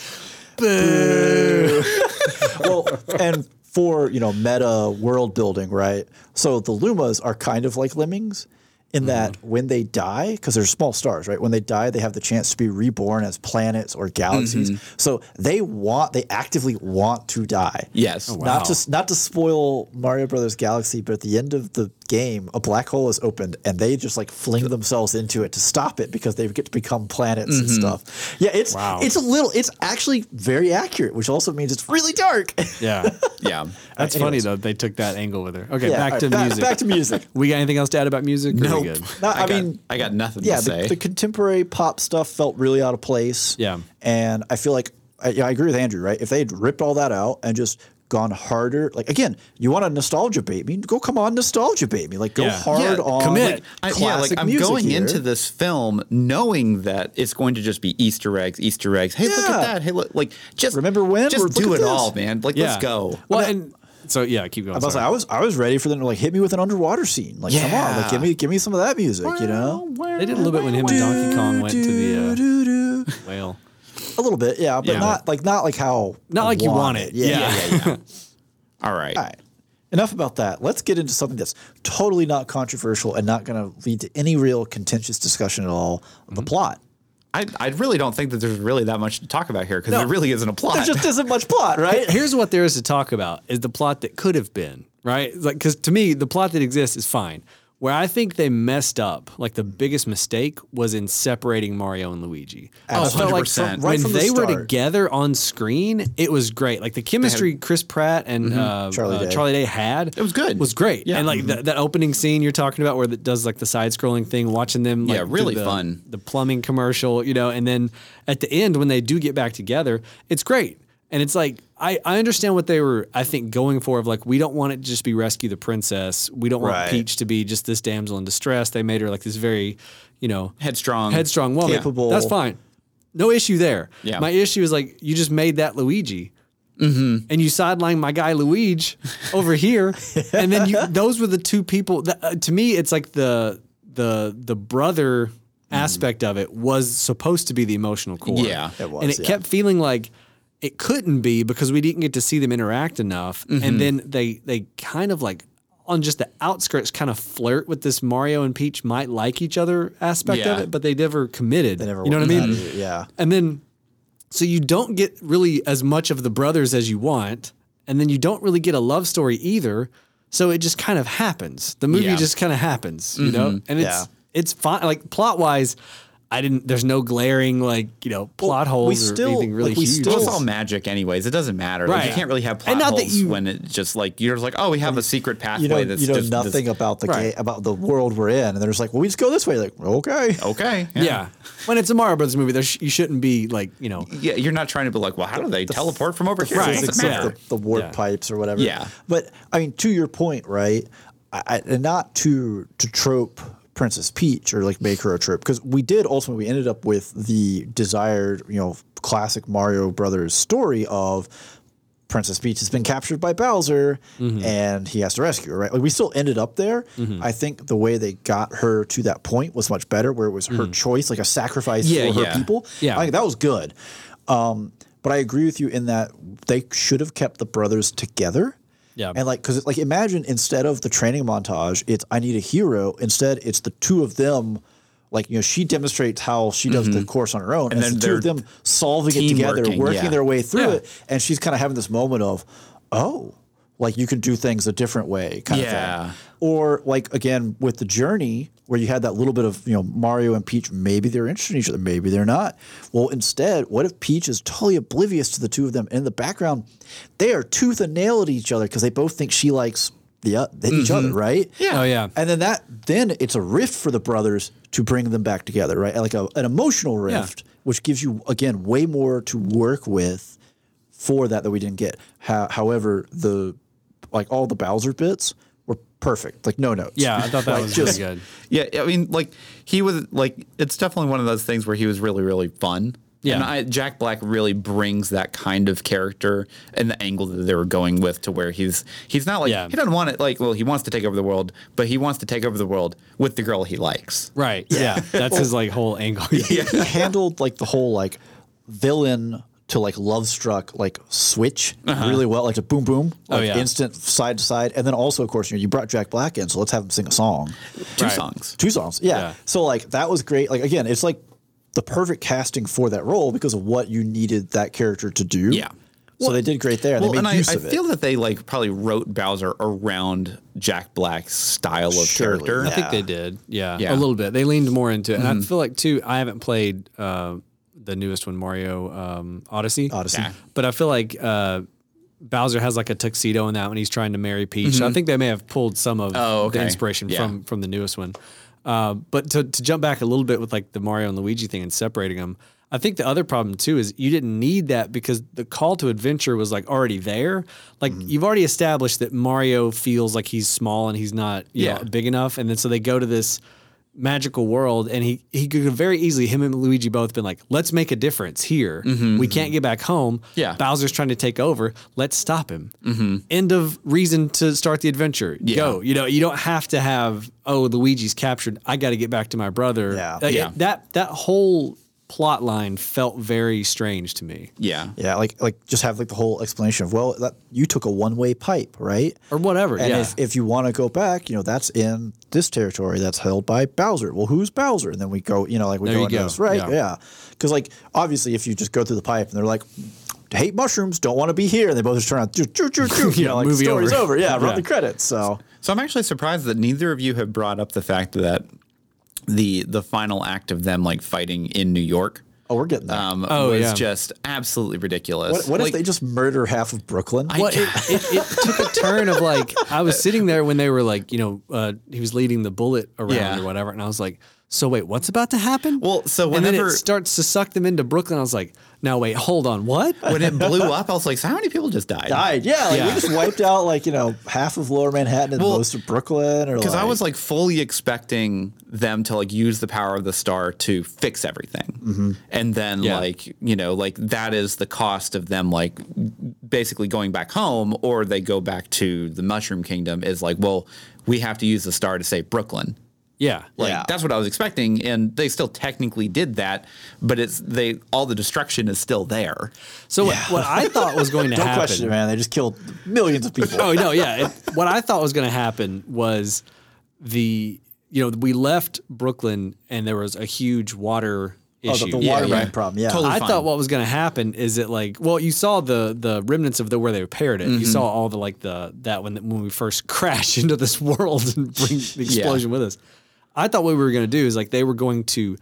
S3: boo.
S1: well, and for you know meta world building, right? So the Lumas are kind of like lemmings in that when they die, because they're small stars, right? When they die, they have the chance to be reborn as planets or galaxies. So they want, they actively want to die.
S3: Oh,
S2: yes.
S1: Not to not to spoil Mario Brothers Galaxy, but at the end of the game, a black hole is opened, and they just like fling themselves into it to stop it because they get to become planets and stuff. Yeah, it's
S3: Mm-hmm. Wow.
S1: it's a little, it's actually very accurate, which also means it's really dark.
S3: Yeah,
S2: yeah.
S3: that's
S1: Anyways.
S3: funny though. They took that angle with her. Okay,
S1: Yeah, all
S3: back
S1: right,
S3: to music.
S1: Back to music.
S3: we got anything else to add about music? Or we
S2: Nope.
S3: good?
S1: No, I
S2: got-
S1: mean-
S2: I got nothing
S1: yeah,
S2: to say.
S1: the, the contemporary pop stuff felt really out of place.
S3: Yeah.
S1: and I feel like I, yeah, I agree with Andrew. Right, if they had ripped all that out and just gone harder, like again, you want to nostalgia bait me? Go come on, nostalgia bait me. Like go
S3: Yeah.
S1: hard
S2: Yeah,
S1: on
S3: commit.
S1: Like,
S2: I,
S1: classic
S2: yeah, like I'm
S1: music
S2: going
S1: here.
S2: into this film knowing that it's going to just be Easter eggs, Easter eggs. Hey, look
S1: Yeah.
S2: at that. Hey, look, like just
S1: Remember when?
S2: Just
S1: Or look
S2: do it
S1: at this.
S2: all, man. Like, let's go.
S3: Well, and so yeah, keep going.
S1: I was,
S3: sorry.
S1: like, I was I was ready for them to like hit me with an underwater scene. Like come on, like
S2: Yeah.
S1: give me give me some of that music. You know,
S3: they did a little bit when him and Donkey Kong went to
S1: Do,
S3: the
S1: do, do.
S3: uh, whale.
S1: a little bit, yeah, but
S2: Yeah.
S1: not like not like how
S3: Not
S1: I
S3: like you want it. Yeah.
S2: All right.
S1: All right. Enough about that. Let's get into something that's totally not controversial and not going to lead to any real contentious discussion at all
S2: Mm-hmm.
S1: the plot.
S2: I, I really don't think that there's really that much to talk about here because there really isn't a
S1: There
S2: plot.
S1: just isn't much plot, right?
S3: here's what there is to talk about is the plot that could have been right like because to me the plot that exists is fine where i think they messed up like the biggest mistake was in separating mario and luigi I felt like
S2: 100%.
S1: Right
S3: when
S1: from the
S3: they were
S1: start.
S3: together on screen it was great like the chemistry chris pratt and
S1: Charlie
S3: uh, charlie,
S1: Day.
S3: day. charlie day had it
S2: was good.
S3: was great
S2: Yeah.
S3: and like that, that opening scene you're talking about where it does like the side scrolling thing watching them like,
S2: Yeah, really
S3: do the-
S2: fun.
S3: the plumbing commercial, you know, and then at the end when they do get back together, it's great. And it's like I, I understand what they were I think going for of like we don't want it to just be rescue the princess. We don't
S1: Right.
S3: want Peach to be just this damsel in distress. They made her like this very, you know,
S2: Headstrong.
S3: headstrong woman.
S1: Capable.
S3: That's fine. No issue there.
S2: Yeah.
S3: My issue is like you just made that Luigi. Mm-hmm. And you sideline my guy Luigi over here, and then you, those were the two people. That, uh, to me, it's like the the the brother aspect of it was supposed to be the emotional core.
S2: Yeah. It
S1: was,
S3: and it
S1: yeah.
S3: kept feeling like it couldn't be because we didn't get to see them interact enough.
S2: Mm-hmm.
S3: And then they they kind of like on just the outskirts kind of flirt with this Mario and Peach might like each other aspect of
S2: Yeah.
S3: it, but they never committed.
S1: They never
S3: you know what I
S1: worked
S3: mean?
S1: out, Yeah.
S3: And then So you don't get really as much of the brothers as you want, and then you don't really get a love story either. So it just kind of happens. The movie
S2: Yeah. Mm-hmm.
S3: just kind of happens, you know? And it's
S1: Yeah.
S3: it's fine like plot wise, I didn't there's no glaring like, you know, plot holes or
S1: still-
S3: anything really
S1: like, we
S3: huge.
S1: still-
S2: Well, it's all magic, anyways. It doesn't matter. Like,
S3: Right.
S2: you can't really have plot
S3: And not that
S2: holes
S3: you-
S2: when it just like you're just like, oh, we have a secret pathway
S1: You know,
S2: that's
S1: you know
S2: just
S1: nothing about the
S3: Right.
S1: ga- about the world we're in, and they're just like, "Well, we just go this way." Like, okay,
S2: This, okay,
S3: yeah. When it's a Mario Brothers movie, there sh- you shouldn't be like, you know,
S2: yeah. You're not trying to be like, well, how do they teleport from over here?
S3: Right.
S2: It
S1: physics
S2: doesn't
S1: of
S2: matter.
S1: the, the warp
S3: Yeah.
S1: pipes or whatever.
S2: Yeah.
S1: But I mean, to your point, right? I, I, and not to to trope Princess Peach or like make her a trope because we did ultimately we ended up with the desired you know classic Mario Brothers story of. Princess Peach has been captured by Bowser
S2: Mm-hmm.
S1: and he has to rescue her, right? Like, we still ended up there. I think the way they got her to that point was much better, where it was her choice, like a sacrifice
S2: Mm-hmm. Yeah,
S1: for her
S2: yeah.
S1: people.
S3: Yeah.
S1: I think that was good. Um, but I agree with you in that they should have kept the brothers together.
S3: Yeah.
S1: And like, cause like, imagine instead of the training montage, it's I need a hero. Instead, it's the two of them. Like, you know, she demonstrates how she does the course on her own. And,
S2: Mm-hmm. then
S1: it's the two of
S2: they're
S1: them solving it
S2: team
S1: together, working,
S2: working, yeah.
S1: their way through
S3: Yeah.
S1: it. And she's kind of having this moment of, oh, like you can do things a different way kind of
S2: Yeah.
S1: thing. Or like again with the journey where you had that little bit of you know Mario and Peach, maybe they're interested in each other, maybe they're not. Well, instead, what if Peach is totally oblivious to the two of them in the background? They are tooth and nail at each other because they both think she likes the o- the- each other, right?
S3: Yeah. Oh, yeah.
S1: And then that then it's a rift for the brothers to bring them back together, right? Like a, an emotional rift, which gives you again way more to work with for that that we didn't get. How, however, the like all the Bowser bits were perfect, like no notes.
S3: yeah, I thought that
S1: Like,
S3: was
S1: just-
S3: really good.
S2: Yeah, I mean, like he was like it's definitely one of those things where he was really, really fun.
S3: Yeah.
S2: and I, Jack Black really brings that kind of character and the angle that they were going with to where he's he's not like
S3: Yeah.
S2: he doesn't want it like well he wants to take over the world but he wants to take over the world with the girl he likes.
S3: Right. Yeah. That's his like whole angle.
S1: he, he handled like the whole like villain to like love struck like switch
S2: Uh-huh.
S1: really well, like a boom boom,
S2: Oh,
S1: like
S3: yeah.
S1: instant side to side, and then also of course you know, you brought Jack Black in, so let's have him sing a song.
S2: Two
S3: Right.
S2: songs.
S1: Two songs. Yeah.
S3: Yeah.
S1: So like that was great. Like again, it's like the perfect casting for that role because of what you needed that character to do.
S2: Yeah.
S1: So they did great there. And
S2: Well,
S1: they
S2: and
S1: made
S2: I, I
S1: use of it.
S2: feel that they like probably wrote Bowser around Jack Black's style of
S1: Surely,
S2: character.
S1: yeah.
S3: I think they did. Yeah, Mm-hmm.
S2: Yeah.
S3: a little bit. They leaned more into it, and I feel like too. I haven't played uh, the newest one, Mario um, Odyssey.
S1: Odyssey.
S2: Yeah.
S3: but I feel like uh, Bowser has like a tuxedo in that one. He's trying to marry Peach. So I think they may have pulled some of
S2: Oh,
S3: the
S2: okay.
S3: inspiration
S2: Yeah.
S3: from from the newest one. Uh, but to, to jump back a little bit with like the Mario and Luigi thing and separating them, I think the other problem too is you didn't need that because the call to adventure was like already there. Like you've already established that Mario feels like he's small and he's not you
S2: Yeah.
S3: know, big enough, and then so they go to this magical world and he he could have very easily him and Luigi both been like let's make a difference here we can't get back home
S2: Yeah. Mm-hmm.
S3: Bowser's trying to take over let's stop him end of reason to start the adventure go you know you don't have to have oh Luigi's captured I got to get back to my brother
S1: Yeah.
S3: Like,
S2: Yeah.
S3: that that whole plot line felt very strange to me
S2: Yeah.
S1: Yeah, like like just have like the whole explanation of well, that you took a one way pipe, right?
S3: or whatever
S1: And
S3: yeah
S1: if, if you want to go back, you know that's in this territory that's held by Bowser. Well, who's Bowser? And then we go, you know, like we
S3: There
S1: go
S3: you
S1: into
S3: go.
S1: this, right?
S3: Yeah.
S1: Yeah, because like obviously, if you just go through the pipe and they're like, hate mushrooms, don't want to be here, and they both just turn out, choo, choo, choo, choo, you
S3: Yeah,
S1: know, like
S3: movie
S1: story's over.
S3: over.
S1: Yeah, run
S3: Yeah.
S1: the credits. So
S2: So I'm actually surprised that neither of you have brought up the fact that the the final act of them like fighting in New York
S1: oh, we're getting that.
S2: um,
S3: Oh,
S2: was
S3: yeah.
S2: just absolutely ridiculous.
S1: what what
S2: Like,
S1: if they just murder half of Brooklyn?
S3: Well, it, it, it took a turn of like I was sitting there when they were like, you know, uh, he was leading the bullet around
S2: Yeah.
S3: or whatever, and I was like, so wait, what's about to happen?
S2: Well, so
S3: and then it
S2: whenever-
S3: starts to suck them into Brooklyn, I was like, now wait, hold on, what?
S2: when it blew up, I was like, so how many people just died?
S1: died. Yeah, like we
S3: Yeah.
S1: just wiped out like you know half of Lower Manhattan and
S2: Well,
S1: most of Brooklyn. Or
S2: Because
S1: like,
S2: I was like fully expecting them to like use the power of the star to fix everything,
S1: Mm-hmm.
S2: and then
S3: Yeah.
S2: like you know like that is the cost of them like basically going back home, or they go back to the Mushroom Kingdom. Is like, well, we have to use the star to save Brooklyn.
S3: Yeah,
S2: Like
S1: Yeah.
S2: that's what I was expecting, and they still technically did that, but it's they all the destruction is still there.
S3: So what- what, I thought was going to
S1: Don't
S3: happen.
S1: question it, man. They just killed millions of people.
S3: Oh no, yeah. It- what I thought was going to happen was the you know we left Brooklyn and there was a huge water
S1: Oh,
S3: issue.
S1: the, the
S2: Yeah,
S1: water
S2: yeah.
S1: main problem. Yeah.
S2: Totally.
S3: I
S2: fine.
S3: thought what was going to happen is it like well you saw the the remnants of the where they repaired it
S2: Mm-hmm.
S3: you saw all the like the that when when we first crash into this world and bring the explosion with us I thought what we were going to do is like they were going to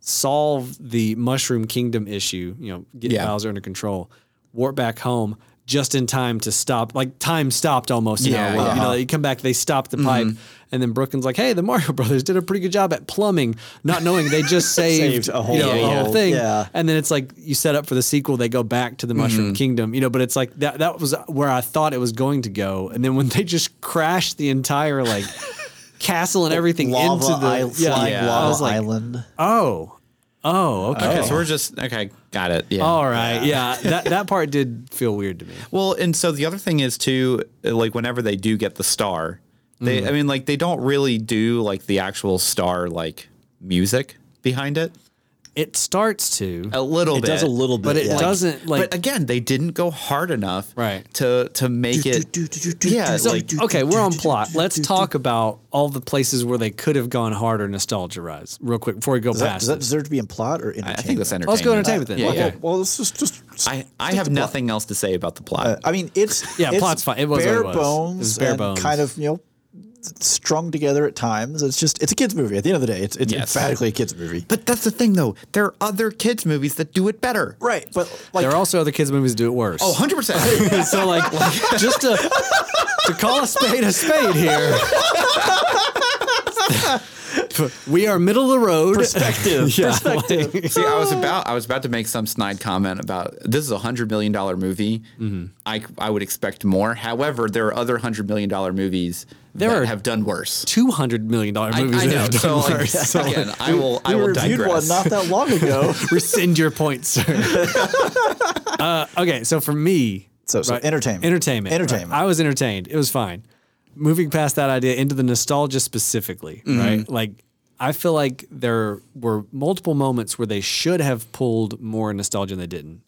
S3: solve the mushroom kingdom issue you know get
S2: Yeah.
S3: Bowser under control warp back home just in time to stop like time stopped almost in
S2: Yeah,
S3: our world. you
S2: yeah. Mm-hmm.
S3: know you come back they stopped the pipe and then Brooklyn's like hey the Mario Brothers did a pretty good job at plumbing not knowing they just saved,
S1: Saved a whole-
S3: you know, a
S1: yeah,
S3: whole
S1: yeah.
S3: thing
S1: Yeah. Mm-hmm.
S3: and then it's like you set up for the sequel they go back to the mushroom kingdom you know but it's like that that was where i thought it was going to go and then when they just crashed the entire like castle and everything
S1: lava
S3: into the
S1: I- flying
S2: Yeah.
S1: lava
S3: I was like
S1: island.
S3: oh oh okay
S2: Okay, so we're just okay. Got it. Yeah.
S3: all right yeah. that that part did feel weird to me
S2: Well, and so the other thing is too, like whenever they do get the star, they I mean like they don't really do like the actual star like music behind it.
S3: it starts to
S2: A little
S1: It
S2: bit.
S1: does a little bit.
S3: but it
S1: yeah.
S3: doesn't like
S2: but again, they didn't go hard enough
S3: Right.
S2: to to make it Yeah,
S1: So-
S2: like-
S3: okay, we're on plot. Let's talk about all the places where they could have gone harder nostalgia rise real quick before we go
S1: Does that,
S3: past.
S1: does that
S3: this.
S1: deserve to be in plot or
S2: I
S1: entertainment?
S2: think that's entertainment.
S3: Let's go entertainment then.
S2: Yeah,
S1: well,
S2: yeah.
S1: Well, well, let's just just. just
S2: I, I have nothing else to say about the plot.
S1: I mean, it's
S3: Yeah,
S1: it's
S3: plot's fine. It was what
S1: bare
S3: it was. It
S1: bones,
S3: was bare
S1: and
S3: bones.
S1: kind of you know strung together at times. It's just it's a kids movie. At the end of the day, it's it's
S2: Yes.
S1: emphatically a kids movie.
S2: but that's the thing though. There are other kids movies that do it better.
S1: Right, but like
S3: there are also other kids' movies that do it worse.
S2: Oh, 100%.
S3: so like, just to to call a spade a spade here. we are middle of the road.
S1: perspective.
S3: Yeah,
S1: perspective.
S2: See, I was about I was about to make some snide comment about this is a hundred million dollar movie. I I would expect more. However, there are other hundred million dollar movies
S3: There
S2: that
S3: are
S2: have done worse.
S3: Two hundred million dollar movies.
S2: I, I
S3: that
S2: know.
S3: have done
S2: So, like,
S3: worse. So, like,
S2: again, I will I
S1: we
S2: will
S1: reviewed one
S2: digress.
S1: not that long ago.
S3: rescind your point, sir. uh, okay, so for me,
S1: So- so entertainment.
S3: entertainment, right?
S1: Entertainment.
S3: I was entertained. It was fine. Moving past that idea into the nostalgia specifically,
S1: Mm-hmm.
S3: right? Like, I feel like there were multiple moments where they should have pulled more nostalgia and they didn't.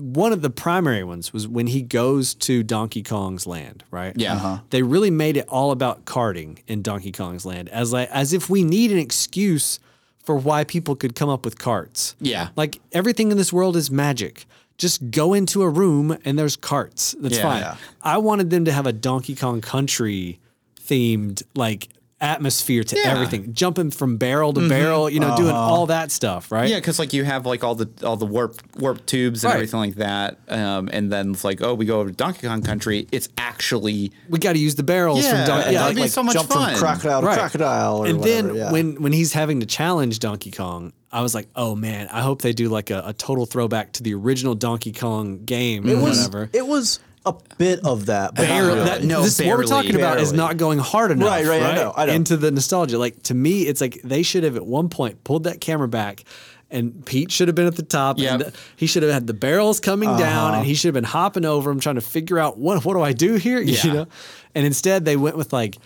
S3: One of the primary ones was when he goes to Donkey Kong's land, right?
S2: Yeah. Uh-huh.
S3: They really made it all about karting in Donkey Kong's land as like as if we need an excuse for why people could come up with carts.
S2: Yeah.
S3: Like everything in this world is magic. Just go into a room and there's carts. That's
S2: Yeah.
S3: fine.
S2: Yeah.
S3: I wanted them to have a Donkey Kong Country themed like atmosphere to
S2: Yeah. Mm-hmm. Uh-huh.
S3: everything. Jumping from barrel to barrel, you know, doing all that stuff, right?
S2: Yeah, because like you have like all the all the warp warp tubes and
S3: Right.
S2: everything like that, um, and then it's like oh we go over to Donkey Kong Country. It's actually
S3: We got to use the barrels
S2: Yeah,
S3: from Donkey
S2: that'd
S3: yeah,
S2: be
S3: like-
S2: so much
S1: Jump
S2: fun.
S1: from crocodile to
S3: Right.
S1: crocodile, or
S3: and
S1: whatever,
S3: then
S1: yeah.
S3: when when he's having to challenge Donkey Kong, I was like, oh man, I hope they do like a, a total throwback to the original Donkey Kong game
S1: it
S3: or
S1: was,
S3: whatever.
S1: it was a bit of that, but not
S3: Barely-
S1: really.
S3: that-
S2: No,
S3: this, what we're
S2: barely.
S3: talking about is
S1: Barely.
S3: not going hard enough,
S1: Right, right, I know, I know.
S3: into the nostalgia. Like to me, it's like they should have at one point pulled that camera back, and Pete should have been at the top.
S2: Yep.
S3: and th- he should have had the barrels coming
S1: Uh-huh.
S3: down, and he should have been hopping over them, trying to figure out what what do I do here, you
S2: Yeah.
S3: know. And instead, they went with like,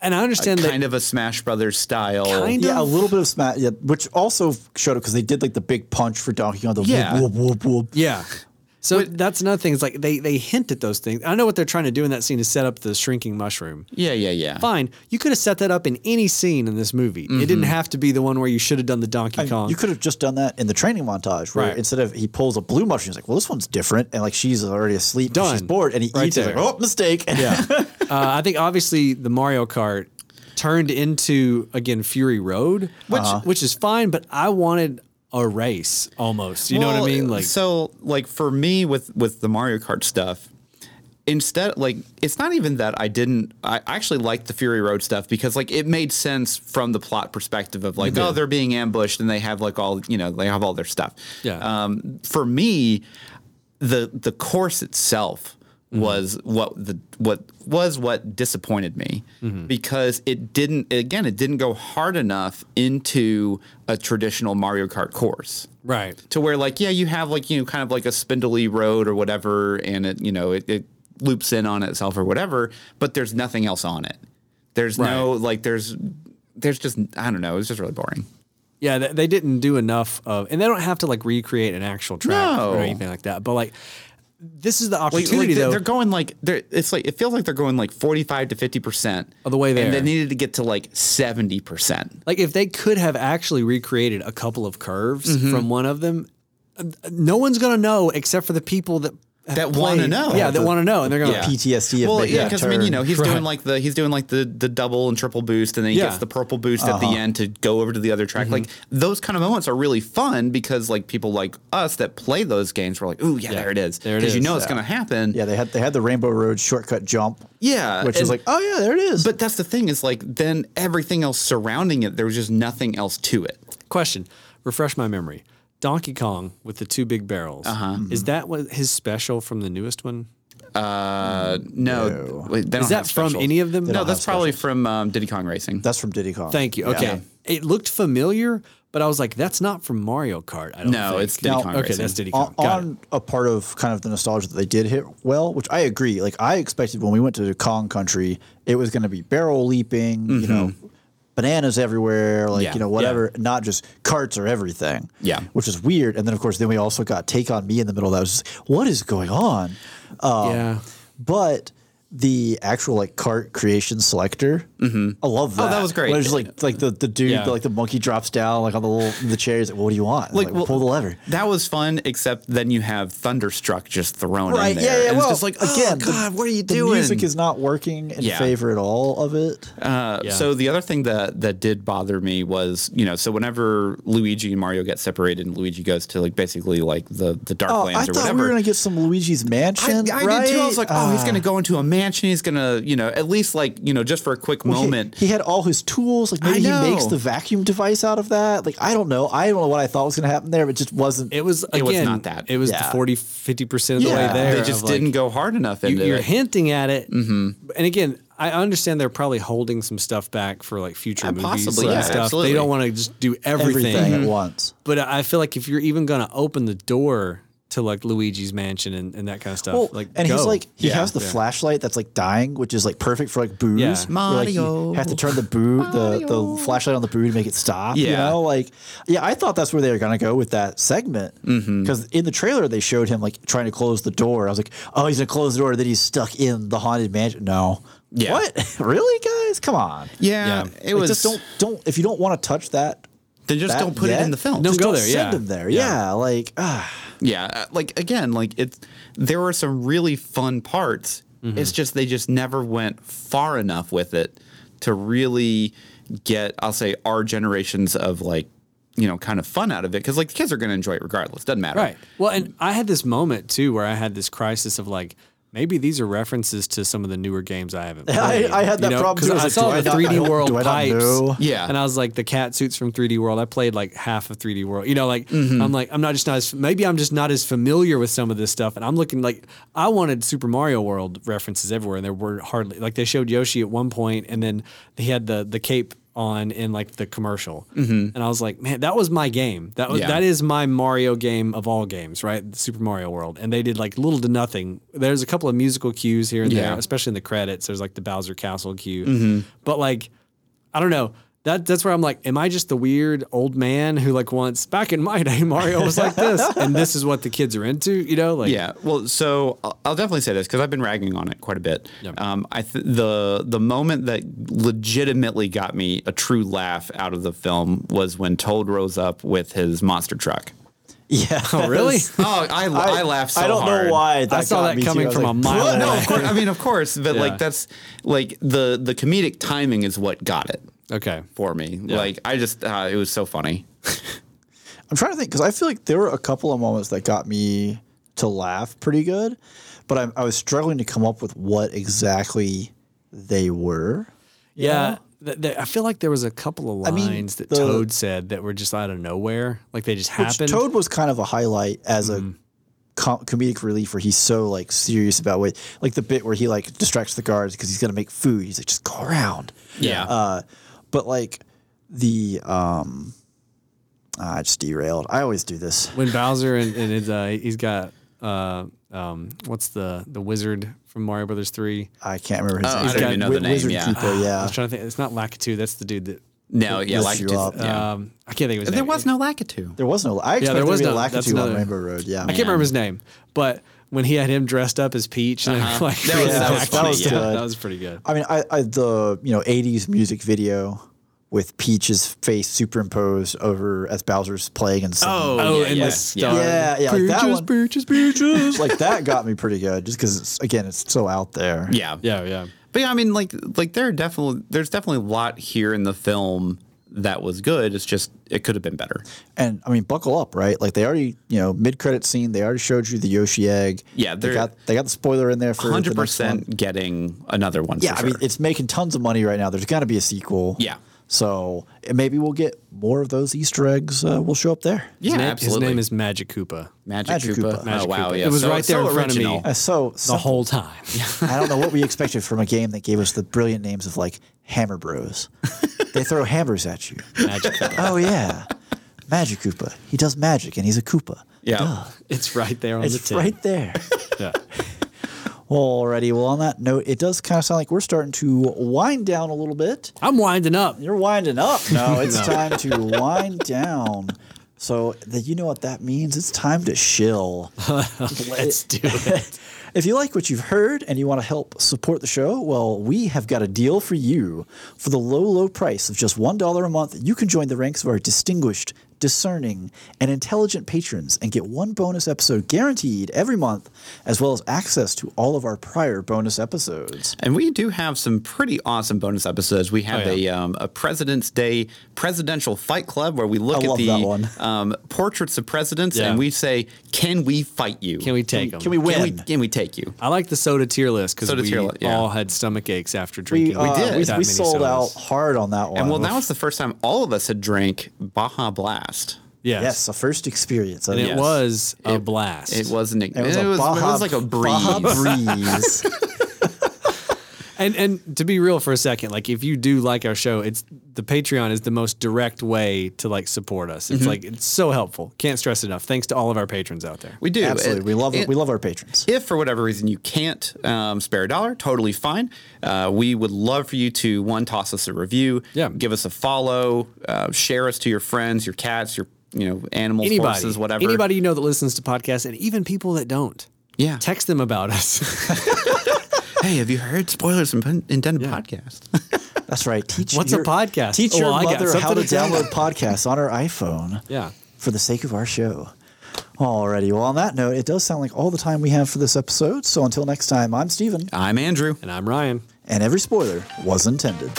S3: and I understand that
S2: kind of a Smash Brothers style.
S3: Kind
S1: yeah,
S3: of-
S1: a little bit of smash, yeah, which also showed up because they did like the big punch for Donkey Kong. The
S2: Yeah.
S1: whoop, whoop, whoop, whoop.
S3: Yeah. So that's another thing. It's like they they hint at those things. I know what they're trying to do in that scene is set up the shrinking mushroom.
S2: Yeah, yeah, yeah.
S3: Fine, you could have set that up in any scene in this movie. It
S2: Mm-hmm.
S3: didn't have to be the one where you should have done the Donkey Kong.
S1: You could have just done that in the training montage, where
S3: Right.
S1: instead of he pulls a blue mushroom, he's like, "Well, this one's different," and like she's already asleep, and she's
S3: Done.
S1: bored, and he
S3: Right
S1: eats it.
S3: there.
S1: Like, oh, mistake!
S3: yeah. uh, I think obviously the Mario Kart turned into again Fury Road, which
S2: Uh-huh.
S3: which is fine, but I wanted a race almost. You know what
S2: Well,
S3: I mean? Like
S2: so like for me with with the Mario Kart stuff, instead like it's not even that I didn't I actually liked the Fury Road stuff because like it made sense from the plot perspective of like oh they're being ambushed and they have like all you know they have all their stuff.
S3: Yeah.
S2: Um, for me, the the course itself
S3: Mm-hmm.
S2: was what the what was what disappointed me
S3: Mm-hmm.
S2: because it didn't again it didn't go hard enough into a traditional Mario Kart course
S3: right.
S2: to where like yeah you have like you know kind of like a spindly road or whatever and it you know it, it loops in on itself or whatever but there's nothing else on it there's no like there's there's just i don't know it's just really boring
S3: Yeah, they, they didn't do enough of, and they don't have to like recreate an actual track
S2: No.
S3: or anything like that. But like, this is the
S2: Like-
S3: opportunity
S2: like, they're-
S3: though.
S2: They're going like they're it's like it feels like they're going like forty five to fifty percent
S3: Of the way
S2: and
S3: there.
S2: they needed to get to like seventy percent.
S3: Like if they could have actually recreated a couple of curves
S2: Mm-hmm.
S3: from one of them, uh, no one's gonna know except for the people that have
S2: That wanna
S3: played.
S2: know.
S3: Yeah, that want to know, and they're gonna.
S2: Yeah.
S1: PTSD. Of
S2: Well,
S1: making
S2: yeah,
S1: a
S2: because I mean, you
S1: turn.
S2: know, he's doing like the he's doing like the the double and triple boost, and then he
S3: Yeah. Uh-huh. Mm-hmm.
S2: gets the purple boost at the end to go over to the other track. Like those kind of moments are really fun because like people like us that play those games, we're like, oh yeah, there it is,
S3: There it
S2: because you
S3: is,
S2: know it's gonna happen.
S1: Yeah, they had they had the Rainbow Road shortcut jump.
S2: Yeah,
S1: which is
S2: and-
S1: like, oh yeah, there it is.
S2: But that's the thing is like then everything else surrounding it, there was just nothing else to it.
S3: Question: Refresh my memory. Donkey Kong with the two big barrels. Uh-huh.
S2: Mm-hmm.
S3: Is that what his special from the newest one?
S2: Uh, no,
S1: No.
S2: wait, they
S3: Mm, Is
S2: don't have
S3: that from
S2: specials.
S3: any of them?
S2: No,
S3: don't
S2: that's probably from um, Diddy Kong Racing.
S1: that's from Diddy Kong.
S3: Thank you.
S1: Yeah.
S3: Okay, it looked familiar, but I was like, that's not from Mario Kart. I don't
S2: No,
S3: think.
S2: it's Diddy
S1: Now-
S2: Kong
S3: okay.
S2: Racing.
S3: That's Diddy Kong.
S1: on,
S3: Got it.
S1: on a part of kind of the nostalgia that they did hit well, which I agree. Like I expected when we went to Kong Country, it was going to be barrel leaping, you know, bananas everywhere, like
S2: Mm-hmm. Yeah,
S1: you know whatever, not just carts or everything.
S2: Yeah.
S1: which is weird. And then of course, then we also got Take on Me in the middle. That was just, what is going on? uh,
S3: yeah.
S1: but the actual like cart creation selector, I love that.
S2: Mm-hmm. Oh, that was great.
S1: When it's just like like the, the dude,
S3: Yeah.
S1: like the monkey drops down like on the little the chair. He's like, "What do you want?" Like,
S2: well,
S1: pull the lever.
S2: That was fun, except then you have Thunderstruck just thrown in there. and it's just like, oh, God, what are you
S1: the
S2: doing?
S1: music is not working in
S2: Yeah.
S1: favor at all of it.
S2: Uh, So the other thing that that did bother me was, you know, so whenever Luigi and Mario get separated, and Luigi goes to like basically like the the Dark
S1: oh, I
S2: Lands or
S1: thought
S2: whatever.
S1: we were gonna get some Luigi's Mansion.
S2: I, I
S1: right?
S2: did too. I was like, oh, he's
S1: Ah.
S2: going to go into a mansion. He's going to, you know, at least like, you know, just for a quick
S1: He-
S2: oh, moment.
S1: He, had all his tools. Like maybe he
S2: I
S1: makes
S2: know.
S1: the vacuum device out of that. Like I don't know. I don't know what I thought was gonna happen there, but it just wasn't.
S3: It was again.
S2: was not that.
S3: It was
S1: Yeah.
S3: 40, 50 percent of the
S1: Yeah.
S3: way there.
S2: they just
S3: of, like,
S2: didn't go hard enough
S3: you-
S2: into
S3: you're
S2: it.
S3: hinting at it.
S2: Mm-hmm.
S3: And again, I understand they're probably holding some stuff back for like future movies
S2: Uh, possibly,
S3: and
S2: yeah,
S3: stuff.
S2: absolutely.
S3: They don't want to just do everything.
S1: everything
S2: Mm-hmm.
S1: at once.
S3: But I feel like if you're even going to open the door to like Luigi's Mansion and, and that kind of stuff,
S1: Well,
S3: like
S1: and he's
S3: go.
S1: like he
S2: Yeah.
S1: has the flashlight that's like dying, which is like perfect for like booze.
S3: Yeah.
S1: where, like,
S2: Mario.
S1: you have to turn the boo the, the flashlight on the boo to make it stop. You
S2: Yeah.
S1: know, like yeah, I thought that's where they were gonna go with that segment because
S3: Mm-hmm.
S1: in the trailer they showed him like trying to close the door. I was like, oh, he's gonna close the door, then he's stuck in the haunted mansion. No,
S2: Yeah.
S1: what? really, guys? Come on.
S2: yeah,
S3: Yeah.
S2: it
S1: Like,
S2: was.
S1: just don't don't if you don't want to touch that.
S2: then just
S1: that
S2: don't put it
S1: yet,
S2: in the film.
S3: No,
S1: just
S3: go
S1: don't
S3: there,
S1: Send
S3: yeah.
S1: him there. Yeah,
S3: Yeah.
S1: like ah,
S2: Yeah, uh, like again, like it's there were some really fun parts.
S1: Mm-hmm.
S2: It's just they just never went far enough with it to really get I'll say our generations of like you know kind of fun out of it cuz like the kids are going to enjoy it regardless. Doesn't matter.
S3: Right. Well, and I had this moment too where I had this crisis of like, maybe these are references to some of the newer games I haven't played.
S1: I- I had
S3: you
S1: that
S3: know?
S1: problem,
S3: 'Cause
S1: too. I was
S3: I,
S1: like,
S3: saw
S1: do I
S3: the
S1: not
S3: 3D
S1: know?
S3: World
S1: Do I not
S3: pipes.
S1: know?
S2: Yeah.
S3: And I was like, the cat suits from 3D World. I played like half of 3D World. You know, like
S2: Mm-hmm.
S3: I'm like, I'm not just not as maybe I'm just not as familiar with some of this stuff. And I'm looking like I wanted Super Mario World references everywhere, and there were hardly like they showed Yoshi at one point, and then he had the the cape on in like the commercial, and I was like, man, that was my game. That was
S2: Mm-hmm. Yeah.
S3: that is my Mario game of all games, right? Super Mario World, and they did like little to nothing. There's a couple of musical cues here and
S2: Yeah.
S3: there, especially in the credits. There's like the Bowser Castle cue, but like. I don't know. That that's where I'm like, am I just the weird old man who like once back in my day Mario was like this, and this is what the kids are into, you know? Like,
S2: Yeah. Well, so I'll- I'll definitely say this because I've been ragging on it quite a bit. Um, I th- the the moment that legitimately got me a true laugh out of the film was when Toad rose up with his monster truck.
S1: yeah.
S3: Oh, really?
S2: Oh, I, I, laughed so
S1: I don't
S2: hard.
S1: know why. That
S3: I saw
S1: got
S3: that
S1: me too.
S3: coming
S1: I was
S3: from
S1: like,
S3: a mile
S1: "What?"
S3: away.
S2: Oh, No, of course. I mean, of course, but
S3: Yeah.
S2: like that's like the the comedic timing is what got it
S3: okay,
S2: for me. Like I just uh, it was so funny.
S1: I'm trying to think because I feel like there were a couple of moments that got me to laugh pretty good, but I'm, I was struggling to come up with what exactly they were.
S3: yeah. Th- th- I feel like there was a couple of lines
S1: mean,
S3: that
S1: the-
S3: Toad said that were just out of nowhere, like they just
S1: Which
S3: happened.
S1: Toad was kind of a highlight as a com- comedic relief where he's so like serious about what, like the bit where he like distracts the guards because he's gonna make food. He's like, just go around.
S2: Yeah.
S1: Uh, but like the um, ah, I just derailed. I always do this.
S3: when Bowser and, and his, uh, he's got uh, um, what's the the wizard from Mario Brothers Three?
S1: I can't remember his
S2: Oh, I
S1: name.
S2: don't
S3: even
S2: know the name,
S1: Wizard
S2: yeah.
S1: People,
S3: I
S1: yeah.
S3: was trying to think. It's not Lakitu. That's the dude that.
S2: No, yeah,
S1: Lifts
S2: like
S1: you
S2: just-
S1: up. Uh,
S2: yeah.
S3: Um, I can't think of his
S2: there
S3: name.
S2: was no Lakitu.
S1: There was no. I expected
S3: there was
S1: to be
S3: no-
S1: a
S3: that's
S1: Lakitu on
S3: another-
S1: Rainbow Road. Yeah,
S3: I can't remember his name, but when he had him dressed up as Peach. And
S2: Uh-huh.
S3: like,
S2: That was-
S1: that was funny, yeah.
S3: That was pretty good.
S1: I mean, I, I the you know '80s music video with Peach's face superimposed over as Bowser's playing and singing.
S2: Oh,
S3: Oh,
S2: yeah,
S3: and
S2: yeah,
S3: the
S2: yeah.
S3: star.
S1: Yeah, yeah, like that
S3: Peaches,
S1: one.
S3: peaches,
S2: Oh.
S3: peaches.
S1: like that got me pretty good, just because again, it's so out there.
S2: Yeah.
S3: yeah, yeah.
S2: But yeah, I mean, like, like there are definitely there's definitely a lot here in the film that was good. It's just it could have been better.
S1: and I mean, buckle up, right? Like they already, you know, mid-credit scene, they already showed you the Yoshi egg.
S2: Yeah,
S1: they
S2: they're-
S1: got they got the spoiler in there for the next
S2: Hundred
S1: one.
S2: percent getting another one.
S1: Yeah,
S2: for
S1: I mean,
S2: sure.
S1: it's making tons of money right now. There's got to be a sequel.
S2: Yeah.
S1: So and maybe we'll get more of those Easter eggs. Uh, will show up there.
S2: yeah,
S3: his name, his
S2: absolutely.
S3: name is Magic Koopa.
S2: Magic,
S1: Magic
S2: Koopa.
S1: Koopa.
S2: oh
S3: Magic
S2: wow,
S3: Koopa.
S2: yeah,
S3: It was
S2: so,
S3: right there
S2: so
S3: in front of me.
S2: original.
S1: Uh, so
S3: The
S1: so
S3: whole time.
S1: I don't know what we expected from a game that gave us the brilliant names of like Hammer Bros. they throw hammers at you.
S3: Magic Koopa.
S1: Oh yeah, Magic Koopa. He does magic and he's a Koopa.
S2: Yeah.
S1: Duh.
S3: It's right there on the
S1: It's
S3: tip.
S1: right there.
S3: Yeah.
S1: Alrighty. Well, on that note, it does kind of sound like we're starting to wind down a little bit.
S3: I'm winding up.
S1: You're winding up. No, it's time to wind down. So the, you know what that means? It's time to shill.
S3: Let's do it.
S1: If you like what you've heard and you want to help support the show, well, we have got a deal for you. For the low, low price of just $1 a month, you can join the ranks of our distinguished, discerning, and intelligent patrons and get one bonus episode guaranteed every month, as well as access to all of our prior bonus episodes.
S2: And we do have some pretty awesome bonus episodes. We have
S3: Oh, yeah.
S2: a um, a President's Day presidential fight club where we look
S1: I
S2: at
S1: love that one.
S2: the um, portraits of presidents
S3: Yeah.
S2: and we say, "Can we fight you?
S3: Can we take them?
S1: Can we win?
S2: Can we, can we take you?"
S3: I like the soda tier list because
S2: Soda
S3: we
S2: tier li- yeah.
S3: all had stomach aches after
S1: we,
S3: drinking.
S1: uh,
S2: did.
S1: We,
S3: that
S1: we
S3: many
S1: sold
S3: sodas.
S1: out hard on that one.
S2: And well, that was the first time all of us had drank Baja Blast.
S3: Yes.
S1: yes, a first experience.
S3: And it
S2: Yes.
S3: was a blast.
S2: It wasn't. It,
S1: It was,
S2: it
S1: a
S2: was,
S1: Baja,
S2: like a breeze.
S1: Baja breeze.
S3: And and to be real for a second, like if you do like our show, it's the Patreon is the most direct way to like support us.
S2: Mm-hmm.
S3: It's like it's so helpful. Can't stress enough. Thanks to all of our patrons out there.
S2: We do
S1: Absolutely,
S2: It-
S1: we love
S2: it-
S1: we love our patrons.
S2: If for whatever reason you can't um, spare a dollar, totally fine. Uh, we would love for you to one toss us a review,
S3: Yeah.
S2: give us a follow, uh, share us to your friends, your cats, your you know animals,
S3: Anybody,
S2: horses, whatever.
S3: anybody you know that listens to podcasts, and even people that don't,
S2: Yeah.
S3: text them about us.
S2: Hey, have you heard spoilers and Pen- intended podcast?
S1: That's right. Teach
S3: What's a
S1: your-
S3: podcast?
S1: Teach
S3: Oh,
S1: your
S3: I got
S1: mother how to
S3: something to tell
S1: download podcasts on her iPhone.
S3: yeah,
S1: For the sake of our show. Alrighty. Well, on that note, it does sound like all the time we have for this episode. So until next time, I'm Steven,
S2: I'm Andrew.
S3: and I'm Ryan.
S1: and every spoiler was intended.